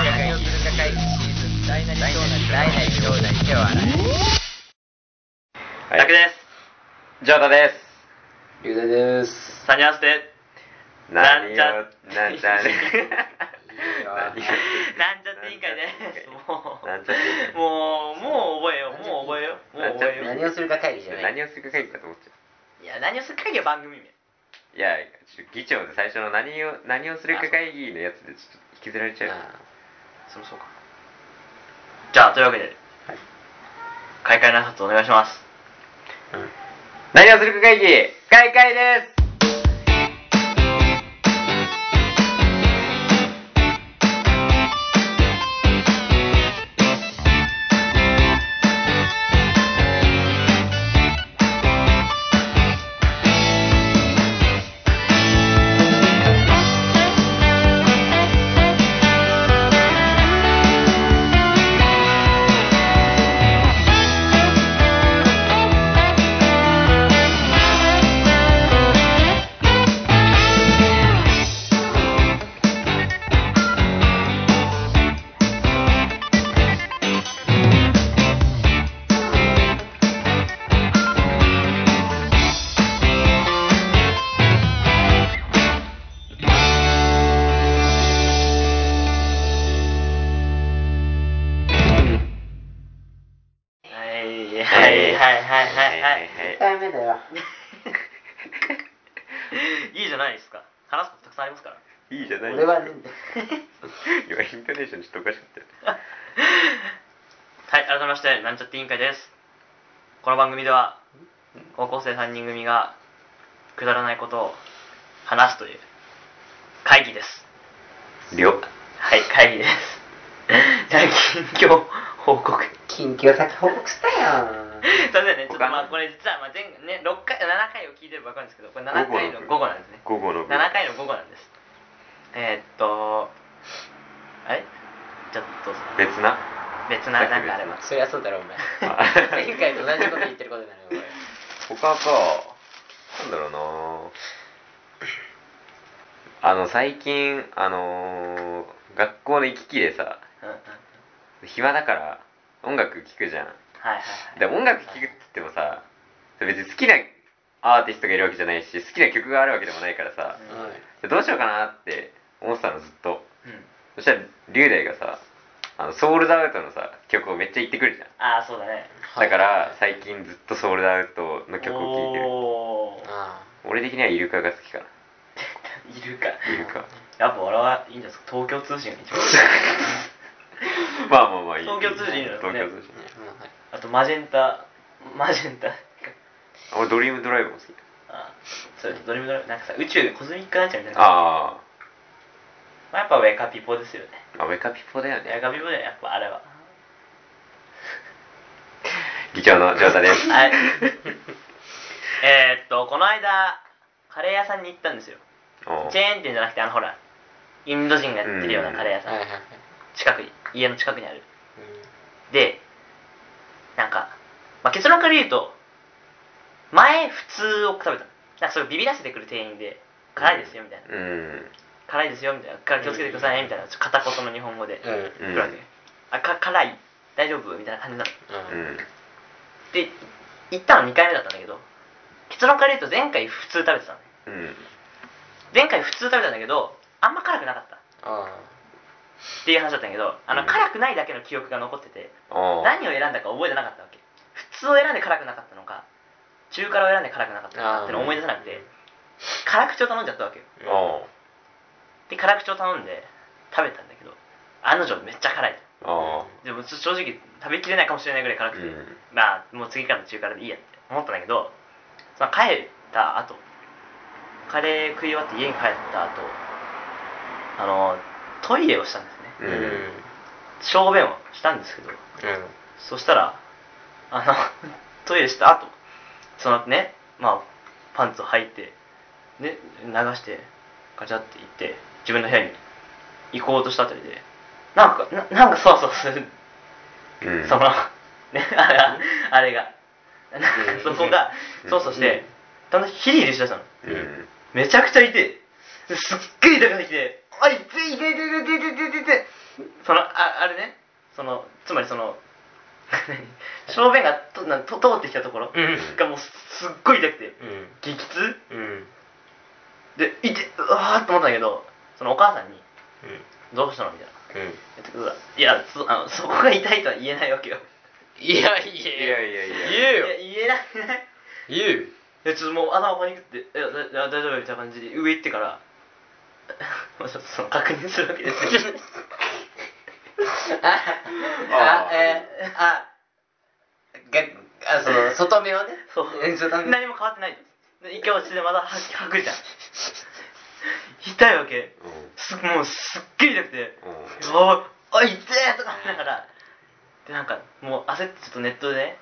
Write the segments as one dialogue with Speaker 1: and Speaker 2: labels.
Speaker 1: 回シーズン大なり小なり大なり小なり手を洗い
Speaker 2: タクです。ジョータです。
Speaker 3: 龍大です
Speaker 2: サニアスで。なんちゃ
Speaker 4: 何をな何
Speaker 2: いい
Speaker 4: 何
Speaker 3: や
Speaker 4: 何
Speaker 2: なんちゃって委員会です。もう。
Speaker 4: なんちゃって委員会
Speaker 2: もう、もう覚えよう。もう覚えよう。もう覚えよ
Speaker 3: 何をするか会議じゃない
Speaker 4: 何をする会議かと思っちゃ
Speaker 2: う。いや、何をする会議は番組名。
Speaker 4: う。いや、ちょっと議長で最初の何を何をするか会議のやつでちょっと引きずられちゃう。
Speaker 2: そりゃそうか。じゃあ、というわけで、開会の挨拶お願いします。
Speaker 4: 何をするか会議開会です
Speaker 2: はい、はい、はい、はい、はい、はい。
Speaker 3: 一回目だよ
Speaker 2: いいじゃないですか。話すことたくさんありますから。
Speaker 4: い。いいじゃない
Speaker 3: 俺はね
Speaker 4: 今、イントネーションちょっとおかしかったよ。
Speaker 2: はい、改めまして、なんちゃって委員会です。この番組では、高校生3人組がくだらないことを話すという会議です。
Speaker 4: りょ。
Speaker 2: はい、会議 です。最近、今日、報告。
Speaker 3: 緊急先報告したやん
Speaker 2: そうだよね、ちょっと
Speaker 4: 他の
Speaker 2: まあこれ実はまあ前回ね、6回、7回を聞いてれば分かるんですけど、これ7回の
Speaker 4: 午
Speaker 2: 午後
Speaker 4: 後
Speaker 2: なんですね。
Speaker 4: 午後の部。
Speaker 2: 7回の午後なんです。えー、っと、あれちょっと
Speaker 4: 別な
Speaker 2: 別ななんかあれば。
Speaker 3: そりゃそうだろお前
Speaker 4: あ
Speaker 3: 前回と同じこと言ってることになるよこれ
Speaker 4: 他か。なんだろうなあの、最近、あのー学校の行き来でさ、
Speaker 2: うんうん、はい
Speaker 4: 暇だから音楽聴くじゃん。
Speaker 2: はいはい。
Speaker 4: で音楽聴くって言ってもさ別に好きなアーティストがいるわけじゃないし好きな曲があるわけでもないからさ
Speaker 2: うん
Speaker 3: はい
Speaker 4: でどうしようかなって思ってたのずっと
Speaker 2: うん
Speaker 4: そしたら龍大がさあのソールドアウトのさ曲をめっちゃ言ってくるじゃん
Speaker 2: ああそうだね
Speaker 4: だから最近ずっとソールドアウトの曲を聴いてる
Speaker 2: おー
Speaker 3: あ
Speaker 4: 俺的にはイルカが好きかない
Speaker 2: るか
Speaker 4: イルカ
Speaker 2: やっぱ俺はいいんですか東京通信が一番
Speaker 4: まあまあまあいい
Speaker 2: 東京通信だよね
Speaker 4: 東京通信
Speaker 3: あうん
Speaker 2: あとマジェンタマジェンタ
Speaker 4: 俺ドリームドライブも好き
Speaker 2: あそれとドリームドライブなんかさ宇宙がコズミックなんちゃうみたいな
Speaker 4: あ
Speaker 2: まあ、やっぱウェカピポですよね
Speaker 4: ーあメカピポだよ
Speaker 2: ウェ
Speaker 4: ね
Speaker 2: カピポだよやっぱあれ は
Speaker 4: 議長の城田です
Speaker 2: はいえーっとこの間カレー屋さんに行ったんですよ
Speaker 4: おう
Speaker 2: チェーン店じゃなくてあのほらインド人がやってるようなカレー屋さ
Speaker 3: はいはい
Speaker 2: ん
Speaker 3: はい
Speaker 2: 近くに家の近くにある
Speaker 3: うん
Speaker 2: でなんか、まあ、結論から言うと前普通を食べたのなんかそれビビらせてくる店員で辛いですよみたいな、
Speaker 4: うん
Speaker 2: 辛いですよみたいなから気をつけてくださいねみたいなちょっと片言の日本語で
Speaker 3: うん
Speaker 4: うん
Speaker 2: 来るわけ、あか辛い大丈夫みたいな感じなの
Speaker 3: うん
Speaker 4: うん
Speaker 2: で行ったの2回目だったんだけど結論から言うと前回普通食べてたの
Speaker 4: うん
Speaker 2: ね前回普通食べたんだけどあんま辛くなかった
Speaker 3: あ
Speaker 2: っていう話だったんだけどあの
Speaker 4: うん
Speaker 2: 辛くないだけの記憶が残ってて
Speaker 4: おう
Speaker 2: 何を選んだか覚えてなかったわけ普通を選んで辛くなかったのか中辛を選んで辛くなかったのかっていうのを思い出せなくて辛口を頼んじゃったわけよ
Speaker 4: おう
Speaker 2: で辛口を頼んで食べたんだけど案の定めっちゃ辛い
Speaker 4: あ
Speaker 2: でもちょ正直食べきれないかもしれないぐらい辛
Speaker 4: あ、う
Speaker 2: くて、
Speaker 4: ん、
Speaker 2: まあもう次からの中辛でいいやって思ったんだけどその帰った後カレー食い終わって家に帰った後あのトイレをしたんですね
Speaker 3: うんうん
Speaker 4: うん、
Speaker 2: 小便をしたんですけどそしたら、あの、 トイレした後、そのね、まあ、パンツを履いて、ね、流して、ガチャって行って、自分の部屋に行こうとしたあたりで、なんか、ななんかそわそわする、
Speaker 4: うん、
Speaker 2: その、ね、ああれが、なんか
Speaker 3: うん
Speaker 2: そこが、
Speaker 4: うん
Speaker 2: そわそわして、だんだんヒリヒリしだしたの。
Speaker 4: うん、
Speaker 2: めちゃくちゃ痛いてすっげえ痛くなってきて「あい痛い痛い痛い痛い痛い痛い痛い痛い」そのああれねそのつまりその 正面がとなと通ってきたところ
Speaker 4: うん
Speaker 2: がもうすすっごい痛くて
Speaker 4: うん
Speaker 2: 激痛
Speaker 4: うん
Speaker 2: でいてうわーって思ったんだけどそのお母さんに
Speaker 4: うん
Speaker 2: 「どうしたの?」みたいな
Speaker 4: うん
Speaker 2: 言ってくるわいやそあのそこが痛いとは言えないわけよ
Speaker 1: いやい
Speaker 4: いやいやいや
Speaker 1: 言えよ
Speaker 2: いや言えなくない
Speaker 1: 言 えよ
Speaker 2: いやちょっともう頭パニックって「いやだだ大丈夫」みたいな感じで上行ってから まあちょっとその確認するわけですよ
Speaker 3: あ、えー、あ、が、あ、その、外目をね。
Speaker 2: そう
Speaker 3: えちょっと 待って
Speaker 2: 何も変わってないとで一回落ちてまたはは くじゃん痛いわけすもうすっげえ痛くて
Speaker 4: うんうん
Speaker 2: 「おいおい痛え!」とか思いながらでなんかもう焦ってちょっとネットでね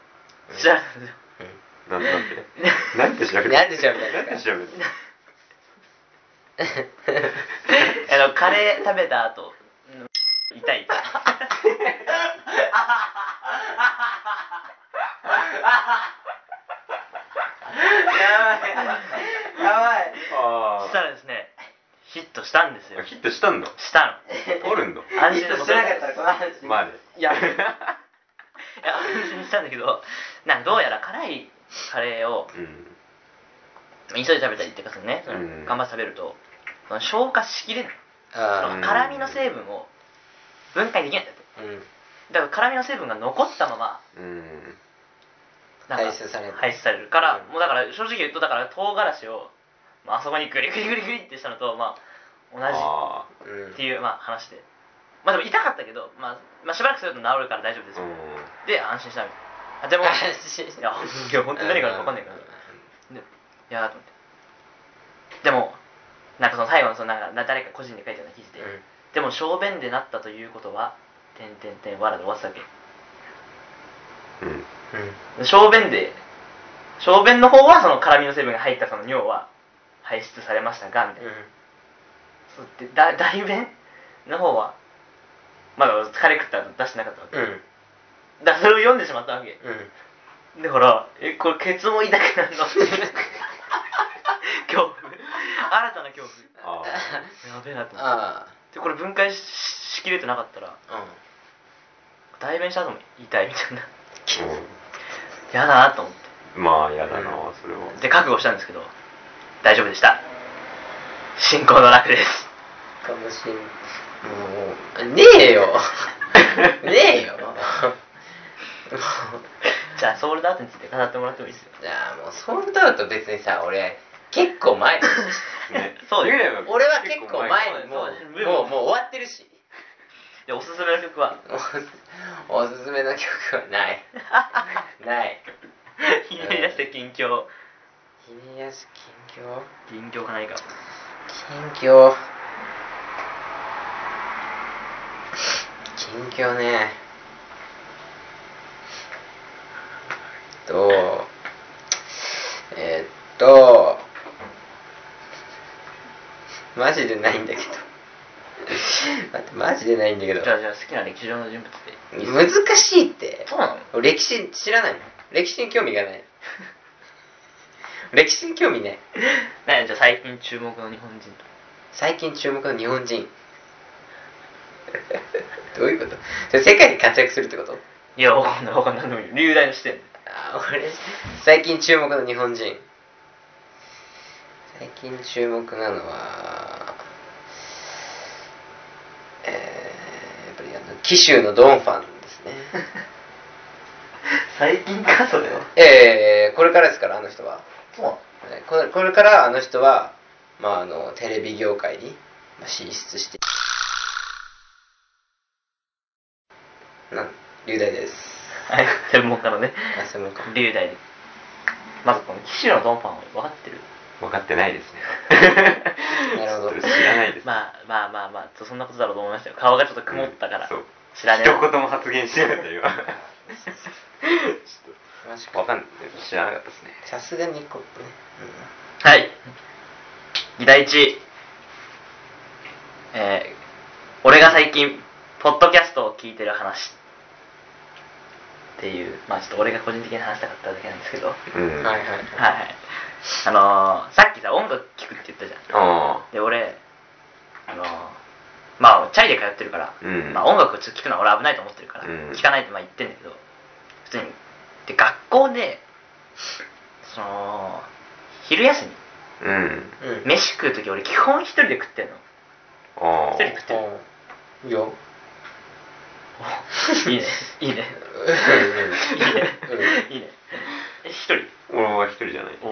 Speaker 2: 調べたんですよ
Speaker 4: なんなんてなんて調べた
Speaker 3: なんで調べたんですか
Speaker 4: なんて調べた
Speaker 2: あのカレー食べた後うん痛いって
Speaker 4: あ
Speaker 2: したらですねヒットしたんで すよ
Speaker 4: あヒットしたんだ
Speaker 2: した
Speaker 4: おるんだ
Speaker 2: の安心
Speaker 3: してなかったらこの話。
Speaker 4: まあね
Speaker 2: いやいや安心したんだけどなんかどうやら辛いカレーを
Speaker 4: うん
Speaker 2: 急いで食べたりっていうかそのねその
Speaker 4: うん
Speaker 2: 頑張って食べるとその消化しきれないそ
Speaker 3: あ
Speaker 2: の辛みの成分を分解できないんだって
Speaker 3: ーうん。
Speaker 2: だから辛みの成分が残ったまま
Speaker 4: うん
Speaker 2: なんか
Speaker 3: 排出される
Speaker 2: 排出されるから、
Speaker 3: うん
Speaker 2: もうだから正直言うとだから唐辛子を、まああそこにグリグリグリグリってしたのとまあ同じ
Speaker 4: ああ
Speaker 3: うん
Speaker 2: っていうまあ話でまあでも痛かったけど、まあ、まあしばらくすると治るから大丈夫です
Speaker 4: う
Speaker 2: よ、
Speaker 4: ん
Speaker 2: で安心したみたいな あでもいや いや本当に何があるか分かんないからいやーと思ってでもなんかその最後のそのなんかな誰か個人で書いてある記事で、
Speaker 3: うん
Speaker 2: でも小便でなったということはてんてんてんわらで終わってたわけ
Speaker 4: うん
Speaker 2: 小便で小便の方はその辛みの成分が入ったその尿は排出されましたがみたいな、そうでだ大便の方はまだ疲れ食った後出してなかったわけ、
Speaker 3: うん。うん。
Speaker 2: だからそれを読んでしまったわけ
Speaker 3: うん。
Speaker 2: だからえこれケツも痛くなる の 恐怖新たな恐怖
Speaker 4: ああ
Speaker 2: やべえなと思って
Speaker 3: あ
Speaker 2: でこれ分解ししきれてなかったら
Speaker 3: あ。うん。
Speaker 2: 代弁した後も痛いみたいな
Speaker 4: うん
Speaker 2: やだなと思って
Speaker 4: まあ、やだな、それは。
Speaker 2: で覚悟したんですけど大丈夫でした進行の楽です
Speaker 3: かもしんもうねえ よねえよもう
Speaker 2: じゃあソールドアウトについて語ってもらってもいいですよ
Speaker 3: じゃあもうソールドアウト別にさ俺結構 前
Speaker 4: ね
Speaker 2: そうです
Speaker 4: 言えば
Speaker 3: 俺は結構前にも
Speaker 2: そうです
Speaker 3: うもうもう終わってるし
Speaker 2: でおすすめの曲 は
Speaker 3: おすすめの曲はない ない
Speaker 2: ひねり出して近況
Speaker 3: ひねやし近況
Speaker 2: 近況か何か
Speaker 3: 近況近況ねとえーっとマジでないんだけど待ってマジでないんだけど
Speaker 2: じゃあじゃあ好きな歴史上の人物って
Speaker 3: 難しいって
Speaker 2: そうなの
Speaker 3: 俺歴史知らないもん歴史に興味がない 歴史に興味ない
Speaker 2: 何じゃあ最近注目の日本人と
Speaker 3: 最近注目の日本人 どういうことそれ世界で活躍するってこと
Speaker 2: いやわかんないわかんないでもいい流大の視点で
Speaker 3: あー俺最近注目の日本人最近注目なのはえー、やっぱりあの紀州のドンファンです ね
Speaker 2: 最近かそれは
Speaker 3: ええこれからですからあの人は
Speaker 2: そうなの
Speaker 3: はいこれこれからあの人は、まあ、あのテレビ業界にまあ進出してなん龍大です
Speaker 2: はい専門家のね
Speaker 3: あ専門家
Speaker 2: 流大でまずこの騎士のドンファンを分かってる
Speaker 4: 分かってないですね。
Speaker 3: なるほど
Speaker 4: ちょっと知らないです。
Speaker 2: まあまあまあまあそんなことだろうと思いましたよ顔がちょっと曇ったから、
Speaker 4: そう。
Speaker 2: 知らねえな
Speaker 4: 一言も発言しなか ったよ、今。ちょっ
Speaker 3: マジ
Speaker 4: と、
Speaker 3: か
Speaker 4: わかんない。知らなかったですね。
Speaker 3: さすがにこうね、
Speaker 2: はい。議題1。えー、俺が最近、ポッドキャストを聞いてる話。っていう、まあちょっと俺が個人的に話したかっただけなんですけど。はい
Speaker 4: うん
Speaker 3: う。ん
Speaker 4: あ
Speaker 3: はいはい
Speaker 2: はい。あのー、さっきさ、音楽聴くって言ったじゃん。
Speaker 4: あ
Speaker 2: で、俺、あのー、まあチャリで通ってるから、
Speaker 4: うん
Speaker 2: まあ、音楽をちょっと聞くのは俺危ないと思ってるから、
Speaker 4: うん
Speaker 2: 聞かないってまあ言ってんだけど普通にで学校でその昼休み
Speaker 4: うん
Speaker 3: うん
Speaker 2: 飯食う時俺基本一人で食って んの
Speaker 4: あ
Speaker 2: 一人食ってる
Speaker 3: うんいいよ
Speaker 2: いいねいいねいいねいいねえ一人
Speaker 4: 俺は一人じゃない
Speaker 2: お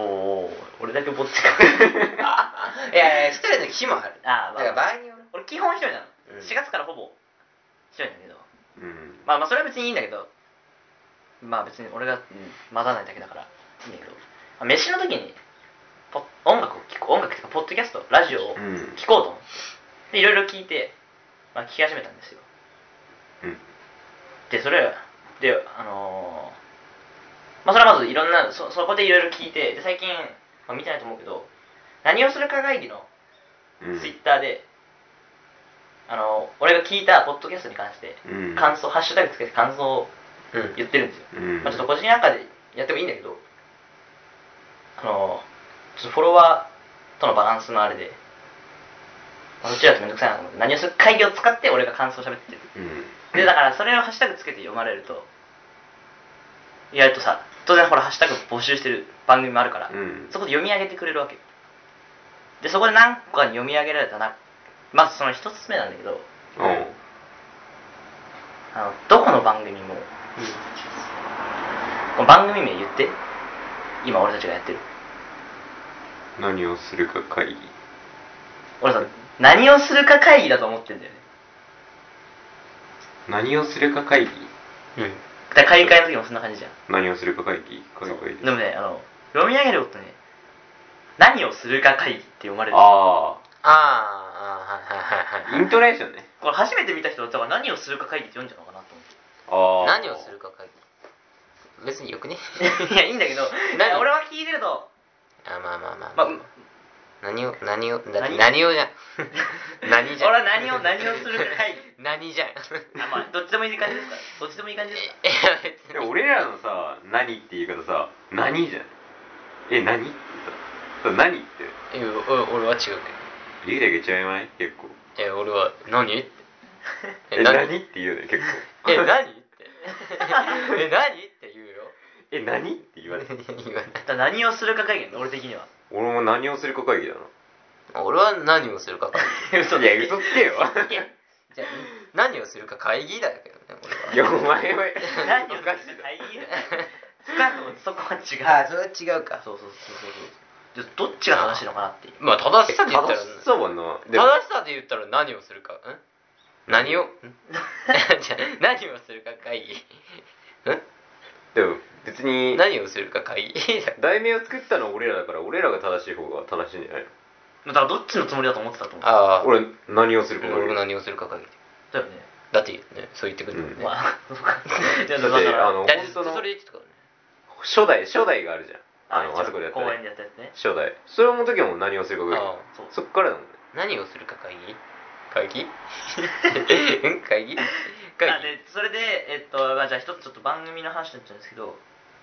Speaker 2: お俺だけぼっちか
Speaker 3: いやいや一人の日もある
Speaker 2: ああ
Speaker 3: だ
Speaker 2: ま
Speaker 3: か
Speaker 2: あ
Speaker 3: ら場合による
Speaker 2: 俺基本一人なの、
Speaker 3: うん
Speaker 2: 4月からほぼ一人なんだけど
Speaker 4: うん
Speaker 2: まあまあそれは別にいいんだけどまあ別に俺が、うん、待たないだけだからいいんだけどあ飯の時にポッ音楽を聴く音楽っていうかポッドキャストラジオを
Speaker 4: うん
Speaker 2: 聴こうと思ってでいろいろ聴いて、まあ、聴き始めたんですよ
Speaker 4: うん
Speaker 2: でそれであのーまあそれはまずいろんなそそこでいろいろ聞いてで最近、まあ、見てないと思うけど何をするか会議の
Speaker 4: うん
Speaker 2: ツイッターで、あの俺が聞いたポッドキャストに関して
Speaker 4: うん
Speaker 2: 感想、ハッシュタグつけて感想を
Speaker 3: うん
Speaker 2: 言ってるんですよ、
Speaker 4: うん
Speaker 2: まあ、ちょっと個人なんかでやってもいいんだけどあのちょっとフォロワーとのバランスのあれでまあうちらとめんどくさいなと思って何をする会議を使って俺が感想を喋ってる
Speaker 4: うん
Speaker 2: でだからそれをハッシュタグつけて読まれると意外とさ当然ほらハッシュタグ募集してる番組もあるから、
Speaker 4: うん
Speaker 2: そこで読み上げてくれるわけよでそこで何個かに読み上げられたなまずその一つ目なんだけど
Speaker 4: おう
Speaker 2: あのどこの番組もこの番組名言って今俺たちがやってる
Speaker 4: 何をするか会議
Speaker 2: 俺さ何をするか会議だと思ってんだよね
Speaker 4: 何をするか会議
Speaker 3: うん
Speaker 2: だから開会の時もそんな感じじゃん
Speaker 4: 何をするか会議会
Speaker 2: そう
Speaker 4: 議
Speaker 2: でもねあの読み上げることね何をするか会議って読まれる
Speaker 4: あ
Speaker 3: ああーはいはいは
Speaker 4: あ
Speaker 3: い
Speaker 4: イ
Speaker 3: は
Speaker 4: ントネーションね
Speaker 2: これ初めて見た人はだから何をするか会議って読んじゃうのかなと思って
Speaker 4: ああ
Speaker 3: い何をするか会議別によくね
Speaker 2: いや、いいんだけど、い
Speaker 3: 何
Speaker 2: や俺は聞いてると、
Speaker 3: あまあまあまあ、
Speaker 2: ま
Speaker 3: ま
Speaker 2: あ
Speaker 3: あ、何を何をだって
Speaker 2: 何
Speaker 3: 何をじゃん 何じゃん
Speaker 2: 俺は何を何をするか会議
Speaker 3: 何じゃん
Speaker 2: あまあ、どっちでもいい感じですから、どっちでもいい感じですか
Speaker 3: えいや別に
Speaker 4: でも俺らのさ「何」って言い方さ「何」じゃんえ何ってささ何って
Speaker 3: いやお俺は違うね
Speaker 4: リーダーが違いない結構
Speaker 3: え俺は何って
Speaker 4: え何って言うね結 構
Speaker 3: え何ってえ何って言うよ
Speaker 4: え何って言われて
Speaker 3: 言わない
Speaker 2: ら。だから何をするか会議なの俺的には。
Speaker 4: 俺も何をするか会議だな
Speaker 3: 俺は何をするか会
Speaker 2: 嘘
Speaker 4: いや嘘つけよ
Speaker 3: 議じゃあ何をするか会議だけどね
Speaker 4: い
Speaker 3: 俺
Speaker 4: や
Speaker 3: は
Speaker 4: お前は
Speaker 2: 何をす
Speaker 4: お
Speaker 2: る
Speaker 4: か
Speaker 2: か
Speaker 4: しいだ
Speaker 2: 会議だよ。そこは違
Speaker 3: ああ
Speaker 2: う。
Speaker 3: それは違うか
Speaker 2: そうそうそうそうそう。じゃあどっちが正しいのかなっていう。
Speaker 3: まあ正しさで言った
Speaker 4: 正
Speaker 3: ら
Speaker 4: しそうはなでも
Speaker 3: 正しさで言ったら何をするかん何をん じゃあ何をするか会議
Speaker 4: でも別
Speaker 3: ん
Speaker 4: に
Speaker 3: 何をするか会議 だ
Speaker 4: 題名を作ったのは俺らだから俺らが正しい方が正しいんじゃないの
Speaker 2: だからどっちのつもりだと思ってたと思う。
Speaker 3: ああ
Speaker 4: 俺何をするか
Speaker 3: 俺
Speaker 4: 会
Speaker 3: も
Speaker 4: 議
Speaker 3: 何をするか会議
Speaker 2: だよね。
Speaker 3: だってねそう言ってくるもん
Speaker 4: うん
Speaker 3: ね
Speaker 2: まあ、そうか。いや
Speaker 4: だってあの
Speaker 3: だって
Speaker 4: 本当の
Speaker 3: それ言ってたからね
Speaker 4: 初代初代があるじゃんあのあそこでやった
Speaker 2: 公
Speaker 4: ね
Speaker 2: 園でやったやつね。
Speaker 4: 初代それも時はもう何をするか
Speaker 3: あ
Speaker 4: 会
Speaker 2: そう
Speaker 4: 議そっからだもんね
Speaker 3: 何をするか会議会 議ん会議会
Speaker 2: あ
Speaker 3: 議
Speaker 2: でそれで、えっとまあ、じゃあ一つちょっと番組の話になっちゃうんですけど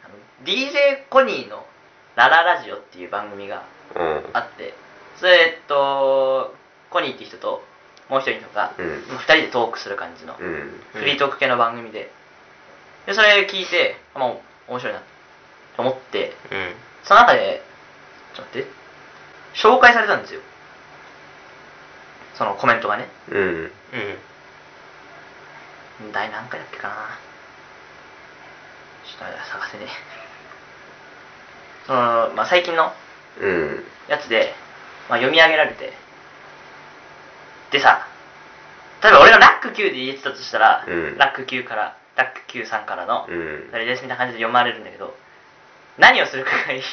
Speaker 2: あの DJ コニーの「ラララジオ」っていう番組が
Speaker 4: うん
Speaker 2: あってそれえっとコニーって人ともう一人の人が
Speaker 4: う
Speaker 2: ま
Speaker 4: ん
Speaker 2: あ二人でトークする感じの
Speaker 4: うん
Speaker 2: フリートーク系の番組ででそれ聞いて、まあ、面白いなと思って
Speaker 3: うん
Speaker 2: その中でちょっと待って紹介されたんですよそのコメントがね
Speaker 4: うん
Speaker 3: うん
Speaker 2: 第何回だっけかなちょっとあれだ探せねその、まあ、最近の
Speaker 4: うん
Speaker 2: やつで、まあ、読み上げられてでさ例えば俺がラック9で言ってたとしたら、
Speaker 4: うん
Speaker 2: ラック9からラック9さんからの
Speaker 4: う
Speaker 2: 「
Speaker 4: ん
Speaker 2: 誰です」みたいな感じで読まれるんだけど何をするかがいい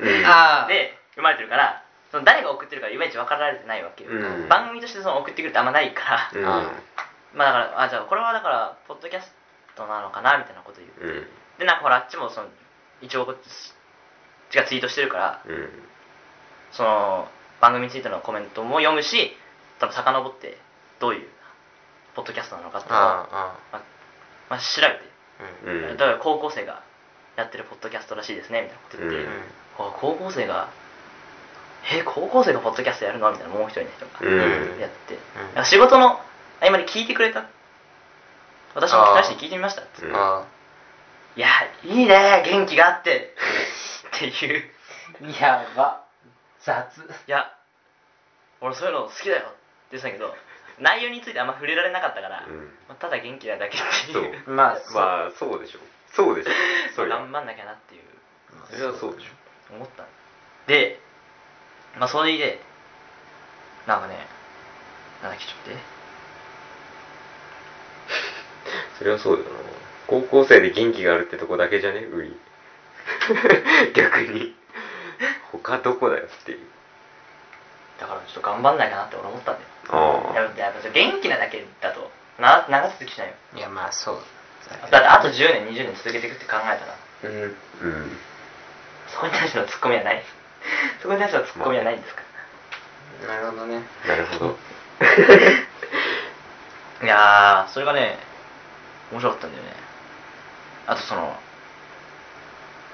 Speaker 4: うん
Speaker 3: ああ
Speaker 2: で読まれてるからその誰が送ってるかいまいち分かられてないわけよ、
Speaker 4: うん
Speaker 2: 番組としてその送ってくるってあんまないから、
Speaker 4: うん
Speaker 2: まあだからあじゃあこれはだからポッドキャストなのかなみたいなこと言う
Speaker 4: うん
Speaker 2: でなんかほらあっちもその一応こっちがツイートしてるから
Speaker 4: うん
Speaker 2: その番組についてのコメントも読むし多分遡ってどういうポッドキャストなのかっていうのを
Speaker 3: あ
Speaker 2: まあまあ、調べて、
Speaker 3: あうん
Speaker 4: うん
Speaker 2: だから高校生がやってるポッドキャストらしいですねみたいなこと言って、
Speaker 4: うん
Speaker 2: あ高校生がえ高校生がポッドキャストやるのみたいなもう一人の人が
Speaker 4: うん
Speaker 2: やって、
Speaker 3: うん
Speaker 2: なんか仕事のあ今ね聞いてくれた私も聞かして聞いてみましたっつって
Speaker 4: うん
Speaker 3: あ
Speaker 2: いやいいね元気があってっていう
Speaker 3: あやば雑
Speaker 2: いや俺そういうの好きだよって言ってたけど内容についてあんま触れられなかったから、
Speaker 4: うん
Speaker 2: まあただ元気なだけっていう
Speaker 4: そう
Speaker 3: まああ
Speaker 4: まあそうでしょそうでしょそれは
Speaker 2: 頑張んなきゃなっていう
Speaker 4: それはそうでしょ
Speaker 2: 思ったでまあそれでなんかねなんだっけちょっと待って
Speaker 4: それはそうだよな高校生で元気があるってとこだけじゃねう い逆に他どこだよっていう
Speaker 2: だからちょっと頑張んないかなって俺思ったんだよ
Speaker 4: あ
Speaker 2: やっぱやっぱ元気なだけだとな長続きしないよ
Speaker 3: いやまあそう
Speaker 2: だってあと10年20年続けていくって考えたら
Speaker 3: うん
Speaker 4: うん
Speaker 2: そこに対してのツッコミはないそこに対してのツッコミはないんですか、
Speaker 3: なるほどね
Speaker 4: なるほど
Speaker 2: いやーそれがね面白かったんだよねあとその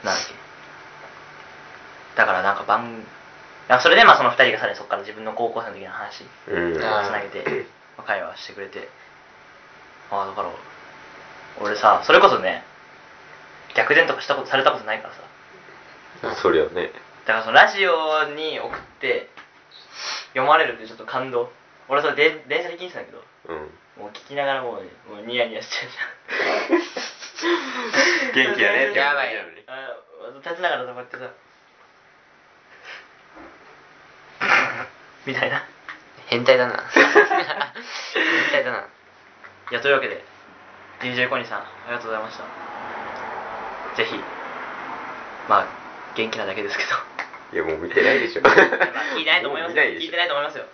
Speaker 2: なんだっけだからなんか番なんかそれでまあその2人がさらにそこから自分の高校生の時の話
Speaker 4: うん
Speaker 2: つ
Speaker 3: あ
Speaker 2: なげて、まあ会話してくれてああだから俺さそれこそね逆転とかしたことされたことないからさ
Speaker 4: そりゃね
Speaker 2: だからそのラジオに送って読まれるってちょっと感動俺それで電車で聞いてたんだけど
Speaker 4: うん
Speaker 2: もう聞きながらもう,、もうニヤニヤしてるじゃん
Speaker 4: 元気だねって
Speaker 3: やばいよ
Speaker 2: あ立ちながらとかってさみたいな
Speaker 3: 変態だな 変態だない
Speaker 2: やというわけで DJ コニーさんありがとうございましたぜひまあ元気なだけですけど
Speaker 4: いやもう見てない でしょ
Speaker 2: まあ聞いてないと思いま
Speaker 4: もう
Speaker 2: す
Speaker 4: 見
Speaker 2: よ
Speaker 4: ないで
Speaker 2: 聞い
Speaker 4: してょ
Speaker 2: ないと思いますよ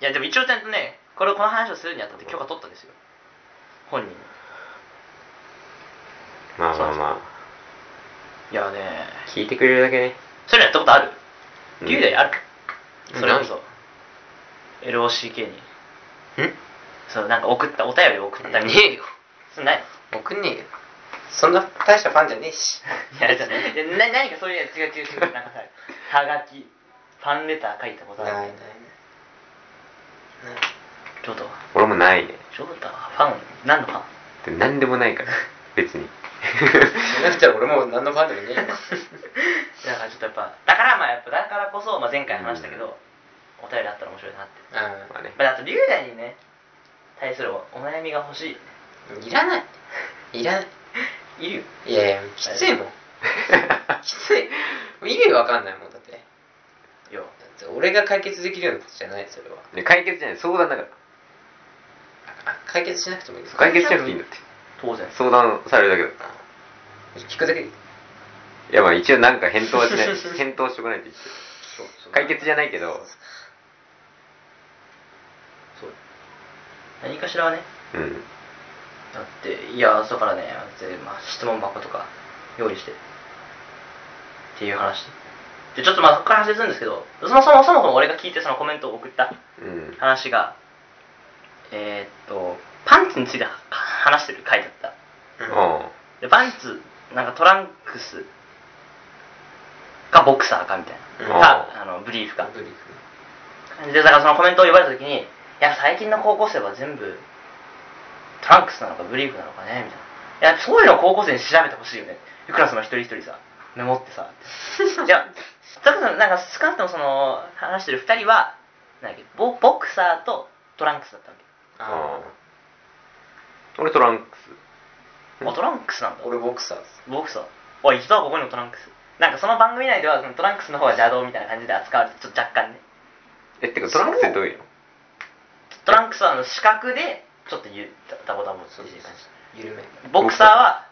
Speaker 2: いやでも一応ちゃんとねこれこの話をするにあたって許可取ったんですよ本人に
Speaker 4: まあまあま
Speaker 2: いやね
Speaker 4: あ聞いてくれるだけね
Speaker 2: そういうのやったことある
Speaker 4: うん
Speaker 2: 龍大ある
Speaker 3: うん
Speaker 2: それこそ LOCK にそのなんか送ったお便りを送ったみ
Speaker 3: ね
Speaker 2: たい
Speaker 3: えよ
Speaker 2: それない
Speaker 3: 僕ねえよそんな大したファンじゃねえし
Speaker 2: いやじゃあいやな何かそういう違う違う違うなんかさはがきファンレター書いたことある
Speaker 3: ないない
Speaker 2: ジョータは
Speaker 4: 俺もないね
Speaker 2: ジョータはファン何のファン
Speaker 4: で何でもない から別に
Speaker 3: そんなったら俺もう何のファンでもねえよ
Speaker 2: だからちょっとやっぱだからまあやっぱだからこそ、まあ、前回話したけど、お便りあったら面白いなって、
Speaker 3: あ
Speaker 4: まあね
Speaker 2: まあ、あと龍大にね対するおお悩みが欲しい
Speaker 3: あいらないいらない
Speaker 2: いるよ
Speaker 3: いやいやきついもんきついもう意味わかんないもんだってだ
Speaker 2: いや
Speaker 3: って俺が解決できるようなことじゃないそれは
Speaker 4: ね解決じゃない相談だから
Speaker 3: あ解決しなくてもいいです
Speaker 4: 解決しなくていいんだって
Speaker 2: 当然
Speaker 4: 相談されるだけだ
Speaker 3: あ聞くだけでいい
Speaker 4: いやまあ一応なんか返答はしない 返答してこないといけない
Speaker 2: そうそう
Speaker 4: 解決じゃないけど
Speaker 2: そう何かしらはね
Speaker 4: うん
Speaker 2: だっていやだからねで、まあ、質問箱とか用意してっていう話でちょっとまあそこから話するんですけどそもそもそもそも俺が聞いてそのコメントを送った
Speaker 4: うん
Speaker 2: 話がえーっとパンツについては話してる回だった
Speaker 4: あ
Speaker 2: でパンツなんかトランクスかボクサーかみた
Speaker 4: う
Speaker 2: いな
Speaker 4: ん
Speaker 2: かあのブリーフか
Speaker 3: ブリー
Speaker 2: でだからそのコメントを言われた時にいや最近の高校生は全部トランクスなのかブリーフなのかねみたいないやそういうのを高校生に調べてほしいよねクラスの一人一人さメモってさいやだからなんか少なくともその話してる2人はなんだっけボボクサーとトランクスだったわけ
Speaker 4: あ
Speaker 3: あ
Speaker 4: 俺トランク
Speaker 2: あトランクスなんだ
Speaker 3: 俺ボクサーです
Speaker 2: ボクサーおい一度はここにもトランクスなんかその番組内ではそのトランクスの方は邪道みたいな感じで扱われてちょっと若干ね
Speaker 4: スえってかトランクスってどういうの
Speaker 2: トランクスはあの四角でちょっとゆダボダボっていう感じ
Speaker 3: 緩め
Speaker 2: ボクサーは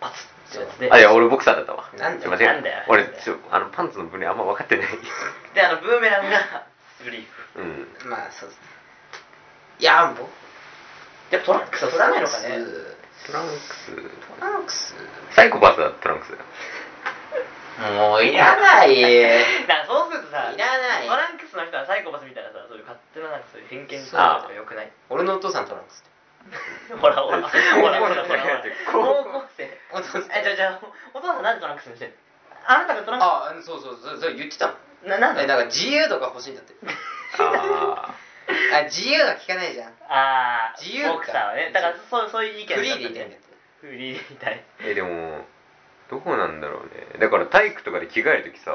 Speaker 2: パツってやつで
Speaker 4: あいや俺ボクサーだったわ
Speaker 3: なんだよ
Speaker 4: 間違えた
Speaker 2: なんだよ
Speaker 4: 俺ちょあのパンツの分類あんま分かってない
Speaker 2: であのブーメランがブリーフ
Speaker 4: うん
Speaker 3: まあそうですねいやもう
Speaker 2: やっぱトランクスは取らないのかね
Speaker 4: トランク
Speaker 3: トランクス
Speaker 4: スサイコパスだトランクス
Speaker 3: もういらないい
Speaker 2: なんかそうするとさ
Speaker 3: らない
Speaker 2: トランクスの人はサイコパスみたいなさそういう勝手ななんかそういう偏見と
Speaker 3: そう
Speaker 2: かよくない
Speaker 3: 俺のお父さんトランクス
Speaker 2: ほらほらほらほらほ らほら
Speaker 4: 高
Speaker 2: 高校生
Speaker 3: お父さん
Speaker 2: えじゃあじゃあお父さんなんでトランクスにしてんのあなたがトランク
Speaker 3: ああそうそうそうそう言ってたもん
Speaker 2: スななんだ
Speaker 3: え なんか自由度が欲しいんだって
Speaker 4: ああ
Speaker 3: あ自由が効かないじゃん
Speaker 2: ああ
Speaker 3: 自由か
Speaker 2: ボクサーはねだからそうそういう意見
Speaker 3: フリーでい
Speaker 2: い
Speaker 3: たいんだって
Speaker 2: フリーでいたい
Speaker 4: えでもどこなんだろうねだから体育とかで着替えるときさ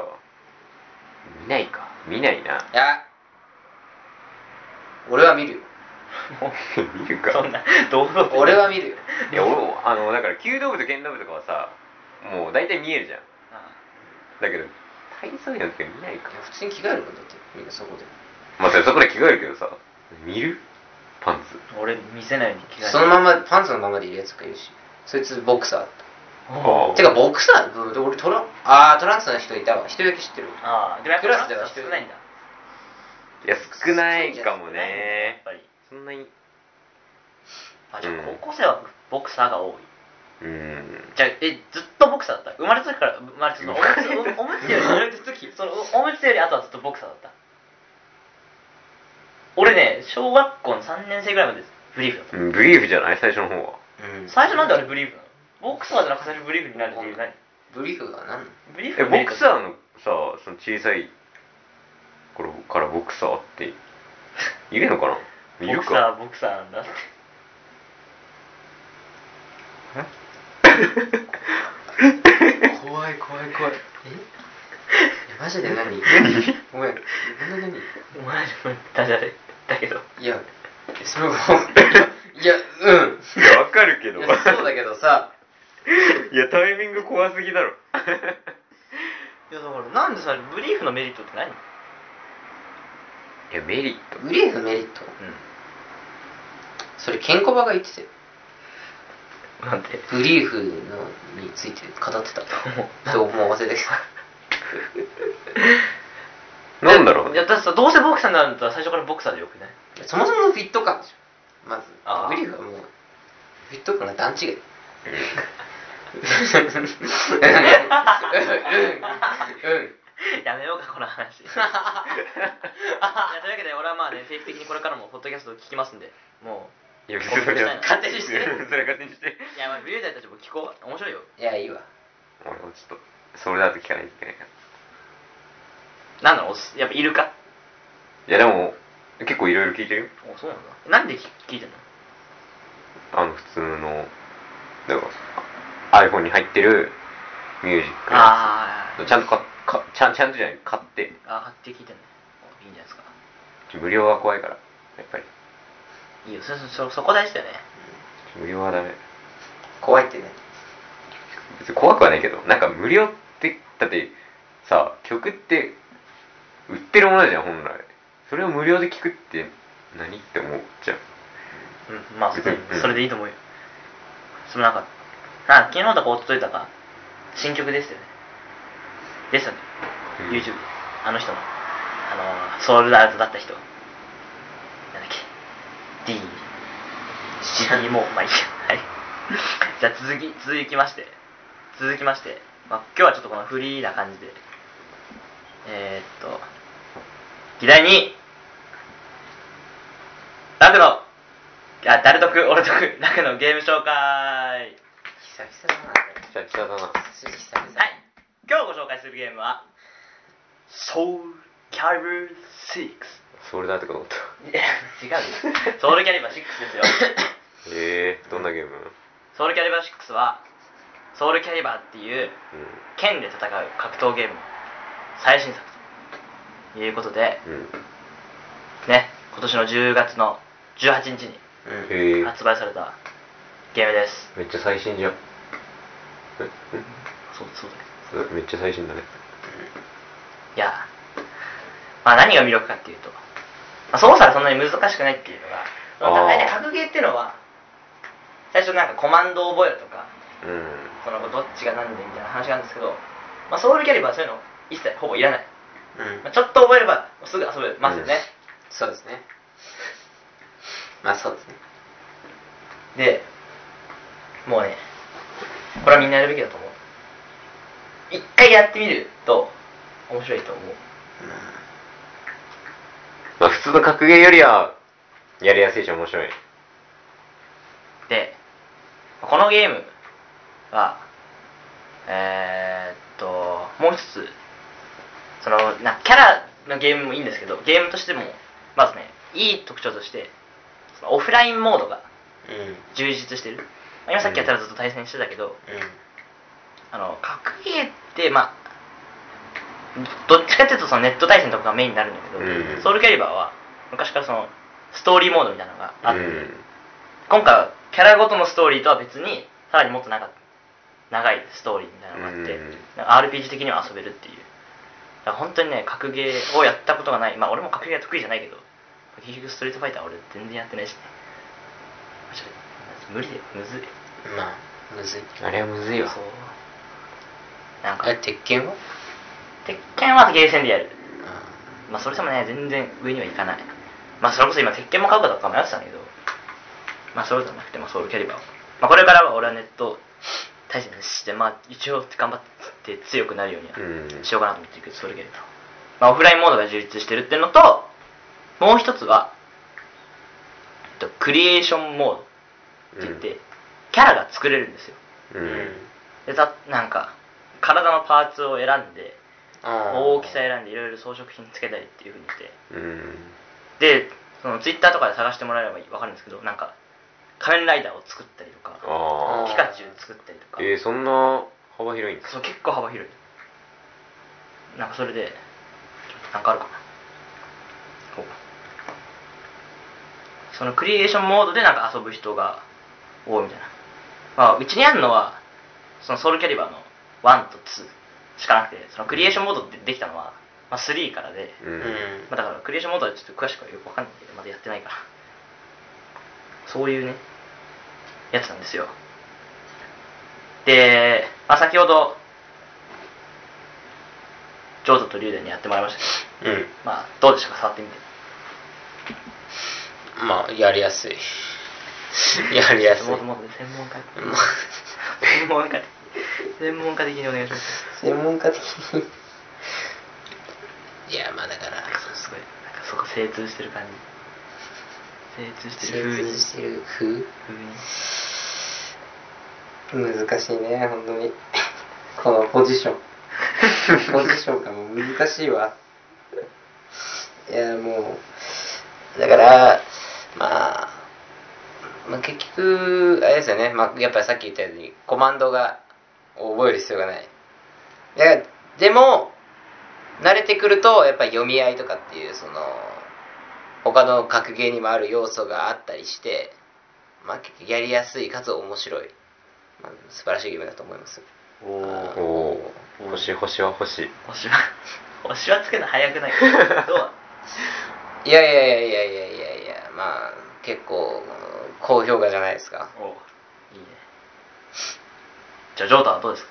Speaker 4: 見ないか見ないない
Speaker 3: や俺は見るよ
Speaker 2: もう
Speaker 4: 見るか
Speaker 2: そんな堂々と
Speaker 3: 俺は見るよ
Speaker 4: いや俺もあのだから弓道部と剣道部とかはさもう大体見えるじゃん
Speaker 2: あ
Speaker 4: だけど体操着なんて見ないか
Speaker 3: いや普通に着替えるもんだってみんなそこで
Speaker 4: まあそれそこで着替えるけどさ見るパンツ
Speaker 2: 俺見せないように着替え
Speaker 3: そのままパンツのままでいるやつがいるしそいつボクサ
Speaker 4: あ
Speaker 3: ーてかボクサーうん俺トラあートランクスの人いたわ一人だけ知ってる
Speaker 2: ああでもやっぱ
Speaker 3: クラスでは
Speaker 2: 少ないんだ
Speaker 4: いや少ないかも
Speaker 2: やっ
Speaker 4: ね
Speaker 2: ぱり
Speaker 4: そんなに
Speaker 2: あじゃあ
Speaker 4: うん
Speaker 2: 高校生はボクサーが多い、
Speaker 4: うん
Speaker 2: じゃあえずっとボクサーだった生まれた時から生まれた時のおむつおおむつより
Speaker 3: 生まれた時
Speaker 2: そのおおむつよりあとはずっとボクサーだった俺ね小学校の3年生ぐらいまでブリーフだった、
Speaker 4: うんブリーフじゃない最初の方は
Speaker 3: うん
Speaker 2: 最初なんであれブリーフなのボクサーじゃなくて最初ブリーフになる理由何
Speaker 3: ブリーフが何なの
Speaker 2: ブリーフ
Speaker 4: えボクサ
Speaker 2: ー
Speaker 4: ーのさその小さい頃からボクサーっているのかない
Speaker 2: ボ
Speaker 4: る
Speaker 2: クサ
Speaker 4: か
Speaker 2: ーボクサーなんだって
Speaker 3: 怖い怖い怖いえいやマジで何ごめん何何
Speaker 2: お前のダジャレだけど
Speaker 3: いやそれはいやうん
Speaker 4: いやわかるけど
Speaker 3: いやそうだけどさ
Speaker 4: いやタイミング怖すぎだろ
Speaker 2: いやだからなんでさブリーフのメリットって何
Speaker 4: いやメリット
Speaker 3: ブリーフメリットそれケンコバが言ってたよ
Speaker 2: うんなんて
Speaker 3: ブリーフのについて語ってたどうもう忘れてきた
Speaker 4: なんだろう
Speaker 2: いや
Speaker 4: ね
Speaker 2: だってさどうせボクサーになるんだったら最初からボクサーでよくない
Speaker 3: いやそもそもフィット感でしょまず
Speaker 2: あー
Speaker 3: ブリーフはもうフィット感が段違い うんうんうん
Speaker 2: やめようかこの 話いやというわけで俺はまあね定期的にこれからもポッドキャストを聞きますんでも
Speaker 4: いや別にそれは
Speaker 3: 勝手にして
Speaker 4: それは勝手にして
Speaker 2: ういやまあビューダーたちも聞こう面白いよ
Speaker 3: いやいいわ
Speaker 4: 俺もちょっとそれだと聞かないといけないから
Speaker 2: なんだろうおすやっぱイルカ
Speaker 4: いやでも結構いろいろ聞いてるよ
Speaker 2: おそうなんだなんで聞聞いてんの
Speaker 4: あの普通のだから iPhone に入ってるミュージックのや
Speaker 2: あ
Speaker 4: つちゃんとかかちゃんちゃんとじゃない買って
Speaker 2: ああ買って聞いてんのおいいんじゃないですか
Speaker 4: 無料は怖いからやっぱり
Speaker 2: いいよそそそそこ大事だよね
Speaker 4: 無料はダメ
Speaker 3: 怖いってね
Speaker 4: 別に怖くはないけどなんか無料ってだってさ曲って売ってるものじゃん本来それを無料で聴くって何って思っちゃう
Speaker 2: うんまあそれ
Speaker 4: うん
Speaker 2: それでいいと思うよそのなんかあ昨日だかおとといだか新曲ですよねですよね
Speaker 4: うん
Speaker 2: YouTube であの人のあのソールドアウトだった人なんだっけ D 知らんもうまあいいやはい じゃあ続き続きまして続きまして、まあ、今日はちょっとこのフリーな感じでえー、っと議題に楽のあ誰得俺得楽のゲーム紹介
Speaker 3: 久々だな
Speaker 4: 久々だな
Speaker 3: 久々
Speaker 2: はい、今日ご紹介するゲームは、ソウルキャリバー6。
Speaker 4: それだとか思った
Speaker 2: いや、違うよソウルキャリバー6ですよ。
Speaker 4: へえどんなゲーム
Speaker 2: ソウルキャリバー6は、ソウルキャリバーっていう剣で戦う格闘ゲームの最新作ということで、
Speaker 4: うんうん
Speaker 2: ね、今年の10月の18日に
Speaker 3: うん
Speaker 4: へえ
Speaker 2: 発売されたゲームです。
Speaker 4: めっちゃ最新じゃんえうん
Speaker 2: そうそうだよ
Speaker 4: それめっちゃ最新だね
Speaker 2: いや、まあ何が魅力かっていうと、まあ、操作がそんなに難しくないっていうのが、まあ
Speaker 4: あー
Speaker 2: 大体格ゲーっていうのは、最初なんかコマンドを覚えるとか、
Speaker 4: うん
Speaker 2: そのどっちが何でみたいな話があるんですけど、まあ、ソウルキャリバーはそういうの一切ほぼいらない。
Speaker 3: うん
Speaker 2: まあ、ちょっと覚えればすぐ遊べますよね。
Speaker 3: そうですね。まあそうですね。
Speaker 2: で、もうね、これはみんなやるべきだと思う。一回やってみると面白いと思う。
Speaker 4: まあ普通の格ゲーよりはやりやすいし面白い
Speaker 2: で、このゲームは、えー、っと、もう一つ、その、なキャラのゲームもいいんですけど、ゲームとしても、まずね、いい特徴としてそのオフラインモードが
Speaker 3: うんうん
Speaker 2: 充実してる、まあ今さっきやったらずっと対戦してたけど、あの格ゲーってまあどっちかっていうとそのネット対戦とかがメインになるんだけど、
Speaker 4: うん
Speaker 2: ソウルキャリバーは昔からそのストーリーモードみたいなのがあって、
Speaker 4: うん
Speaker 2: 今回はキャラごとのストーリーとは別にさらにもっとなんか長いストーリーみたいなのがあって、
Speaker 4: うん
Speaker 2: なんか RPG 的には遊べるっていうだから本当にね格ゲーをやったことがないまあ俺も格ゲーは得意じゃないけど結局ストリートファイターは俺全然やってないしねちょっと無理だよむずい
Speaker 3: まあむずい
Speaker 4: あれはむずいわ
Speaker 2: そうなんか
Speaker 3: え鉄拳は
Speaker 2: 鉄拳はゲーセンでやる
Speaker 3: あ
Speaker 2: まあそれでもね全然上にはいかないまあそれこそ今鉄拳も買うかとか迷ってたんだけどまあそうじゃなくてもソウルキャリバーをまあこれからは俺はネット対戦してまあ一応頑張って強くなるようには
Speaker 4: うん
Speaker 2: しようかなと思ってるけどソウルキャリバーまあオフラインモードが充実してるっていうのともう一つはえっとクリエーションモードって言って、キャラが作れるんですよ
Speaker 4: う
Speaker 3: うん
Speaker 4: ん
Speaker 2: でたなんか体のパーツを選んで
Speaker 3: あー
Speaker 2: 大きさ選んでいろいろ装飾品つけたりっていうふうにして
Speaker 4: うん
Speaker 2: でそのツイッターとかで探してもらえれば分かるんですけどなんか仮面ライダーを作ったりとか
Speaker 4: あ
Speaker 2: ピ
Speaker 4: あ
Speaker 2: カチュウ作ったりとか、
Speaker 4: えー、そんな幅広いんです
Speaker 2: そう
Speaker 4: か
Speaker 2: 結構幅広いなんかそれでなんかあるかなこうそのクリエーションモードでなんか遊ぶ人が多いみたいなまあうちにあるのはそのソウルキャリバーの1と2しかなくてそのクリエーションモードってできたのは、まあ、3からで、
Speaker 3: う
Speaker 4: う
Speaker 3: ん
Speaker 4: ん
Speaker 2: まあ、だからクリエーションモードはちょっと詳しくはよくわかんないけどまだやってないからそういうねやつなんですよで、まあ、先ほどジョーズとリュウダイにやってもらいましたけど
Speaker 3: うん
Speaker 2: まあどうでしたか触ってみて
Speaker 3: まあやりやす いやりやすい
Speaker 2: もっともっと専門家
Speaker 3: まあ
Speaker 2: 専門家専門家的にお願いします
Speaker 3: 専門家的にいやまあだから
Speaker 2: そうすごいなんかそこ精通してる感じ精通してる風
Speaker 3: 精
Speaker 2: に
Speaker 3: 通してる風
Speaker 2: 風に
Speaker 3: 難しいね本当に このポジションポジションがもう難しいわいやもうだからまあ、まあ、結局あれですよね、まあ、やっぱりさっき言ったようにコマンドが覚える必要がないだからでも慣れてくるとやっぱり読み合いとかっていうその他の格ゲーにもある要素があったりして、まあ、結局やりやすいかつ面白いまあ素晴らしいゲームだと思います。
Speaker 2: おお
Speaker 4: おおー星星は星
Speaker 2: 星は星はつけるの早 くないどう
Speaker 3: いやいやいやいやいやいやいや、まあ、結構、高評価じゃないですか。
Speaker 2: おいいねじゃあジョータはどうですか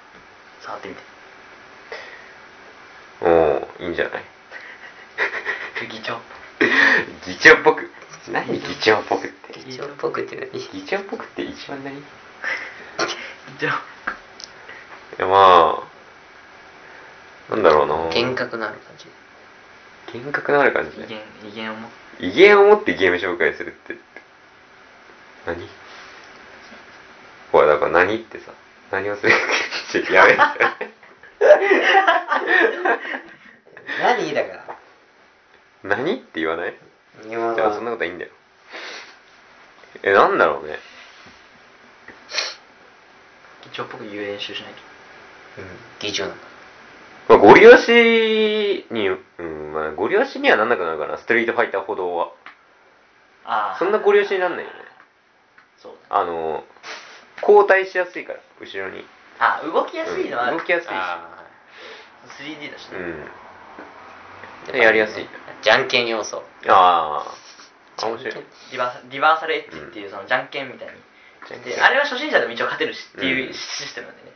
Speaker 2: 触 ってみて
Speaker 4: おおいいんじゃない
Speaker 2: 議長
Speaker 4: 議長っぽく何議長っぽくって
Speaker 2: 議長っ
Speaker 3: ぽくって何
Speaker 4: 議長っぽくって一番何い
Speaker 2: 議長
Speaker 4: やまあなんだろうな
Speaker 3: 幻覚のある感じ。
Speaker 4: 幻覚のある感じ
Speaker 2: 威厳威厳を持って
Speaker 4: 威厳を持ってゲーム紹介するって何ほらだから何ってさ何をするかってやめて
Speaker 3: 何だから。
Speaker 4: 何って言わない
Speaker 3: 言わ
Speaker 4: じゃあそんなことはいいんだよえなんだろうね
Speaker 2: 議長っぽく言う練習しないと
Speaker 3: 議長なんだ。
Speaker 4: まあ、ゴリ押しに、うん、まあ、ゴリ押しにはなんなくなるかな、ストリートファイターほどは。
Speaker 2: ああ
Speaker 4: そんなゴリ押しになんないよね。
Speaker 2: そうだ
Speaker 4: あの、後退しやすいから、後ろに。
Speaker 2: あ動きやすいのはある、
Speaker 4: うん動きやすいし
Speaker 3: あ
Speaker 2: 3D だし
Speaker 4: う
Speaker 2: ね、
Speaker 4: ん。
Speaker 3: あ。
Speaker 4: やりやすい。
Speaker 3: じゃんけん要素。
Speaker 4: ああ、面白い。
Speaker 2: リバーサリバーサルエッジっていうそのじゃんけんみたいに、
Speaker 4: じゃんけ
Speaker 2: で
Speaker 4: ん
Speaker 2: あれは初心者でも一応勝てるしっていううんシステムなんでね、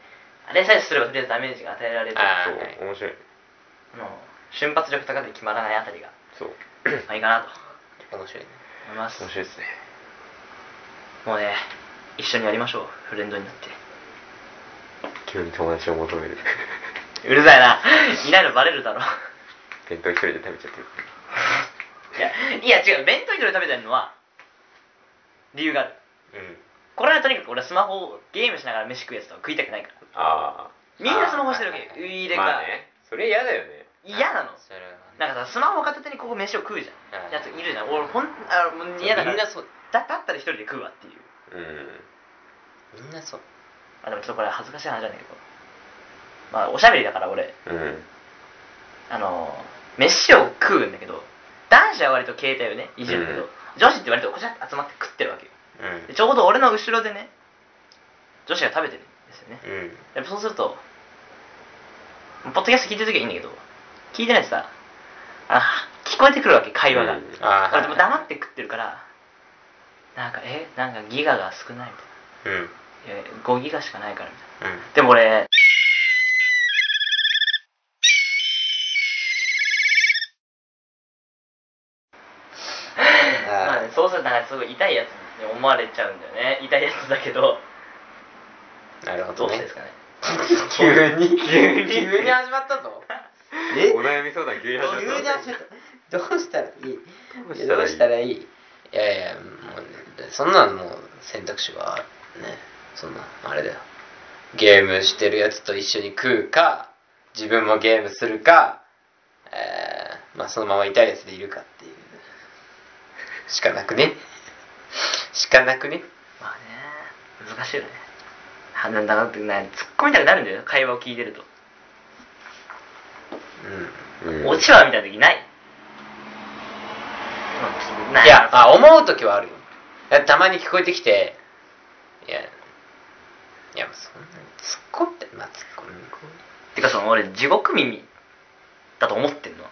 Speaker 2: あれさえすればとりあえずダメージが与えられる
Speaker 3: あ
Speaker 4: そう、面白い。
Speaker 2: もう瞬発力高くて決まらないあたりが
Speaker 4: そう。
Speaker 2: まあいいかなと
Speaker 3: 面白いね。
Speaker 2: 思います
Speaker 4: 面白いですね。
Speaker 2: もうね一緒にやりましょうフレンドになって
Speaker 4: 急に友達を求める。
Speaker 2: うるさいないないのバレるだろ
Speaker 4: 弁当一人で食べちゃってる。
Speaker 2: いやいや違う弁当一人で食べてるのは理由がある
Speaker 4: うん。
Speaker 2: これはとにかく俺はスマホをゲームしながら飯食うやつとか食いたくないから
Speaker 4: ああ。
Speaker 2: みんなスマホしてるわ
Speaker 3: あ
Speaker 2: け
Speaker 3: ー
Speaker 2: ウィーで
Speaker 4: ま
Speaker 2: か
Speaker 4: あね、それ嫌だよね。
Speaker 2: 嫌なの
Speaker 3: それは
Speaker 2: なんかさスマホ片手にここ飯を食うじゃん、
Speaker 4: うん
Speaker 2: やついるじゃん俺ほんあもう嫌だから
Speaker 3: みんなそう
Speaker 2: だだったら一人で食うわっていう
Speaker 4: うん
Speaker 3: みんなそう
Speaker 2: あでもちょっとこれ恥ずかしい話なんだけどまあおしゃべりだから俺
Speaker 4: うん
Speaker 2: あのー飯を食うんだけど男子は割と携帯をねいじるけど、
Speaker 4: うん
Speaker 2: 女子って割とこちゃって集まって食ってるわけよ
Speaker 4: うん
Speaker 2: でちょうど俺の後ろでね女子が食べてるんですよね
Speaker 4: うん
Speaker 2: やっぱそうするとポッドキャスト聞いてる時はいいんだけど聞いてないとさあ聞こえてくるわけ会話が、
Speaker 4: うん
Speaker 3: あ
Speaker 2: 俺でも黙って食ってるからなんかえなんかギガが少ないみ
Speaker 4: うん
Speaker 2: たいないや5ギガしかないからみたいな
Speaker 4: うん
Speaker 2: でも俺まあね、そうするとなんかすごい痛いやつに思われちゃうんだよね痛いやつだけど
Speaker 3: なるほど
Speaker 2: どうし
Speaker 3: ね
Speaker 2: てですかね
Speaker 3: 急に 急
Speaker 2: に
Speaker 3: に始まった ぞえ
Speaker 4: お悩み相談急に始まっ
Speaker 3: 急に
Speaker 4: た
Speaker 3: 始めたどうしたらいい
Speaker 4: どう
Speaker 3: い
Speaker 4: し
Speaker 3: や
Speaker 4: た
Speaker 3: どう
Speaker 4: らいい
Speaker 3: したらいいいやいやもう、ね、そんなんもう選択肢はねそんなあれだよゲームしてるやつと一緒に食うか自分もゲームするかえー、まあそのまま痛いやつでいるかっていうしかなくねしかなくね
Speaker 2: まあね難しいよねはなんだなってね突っ込みたくなるんだよ会話を聞いてると、
Speaker 4: うん
Speaker 2: オチはみたいな時ない、
Speaker 3: うんいやあ思う時はあるよだたまに聞こえてきていやいやそんなに突っ込んでまあ突っ込み
Speaker 2: てかその俺地獄耳だと思ってんの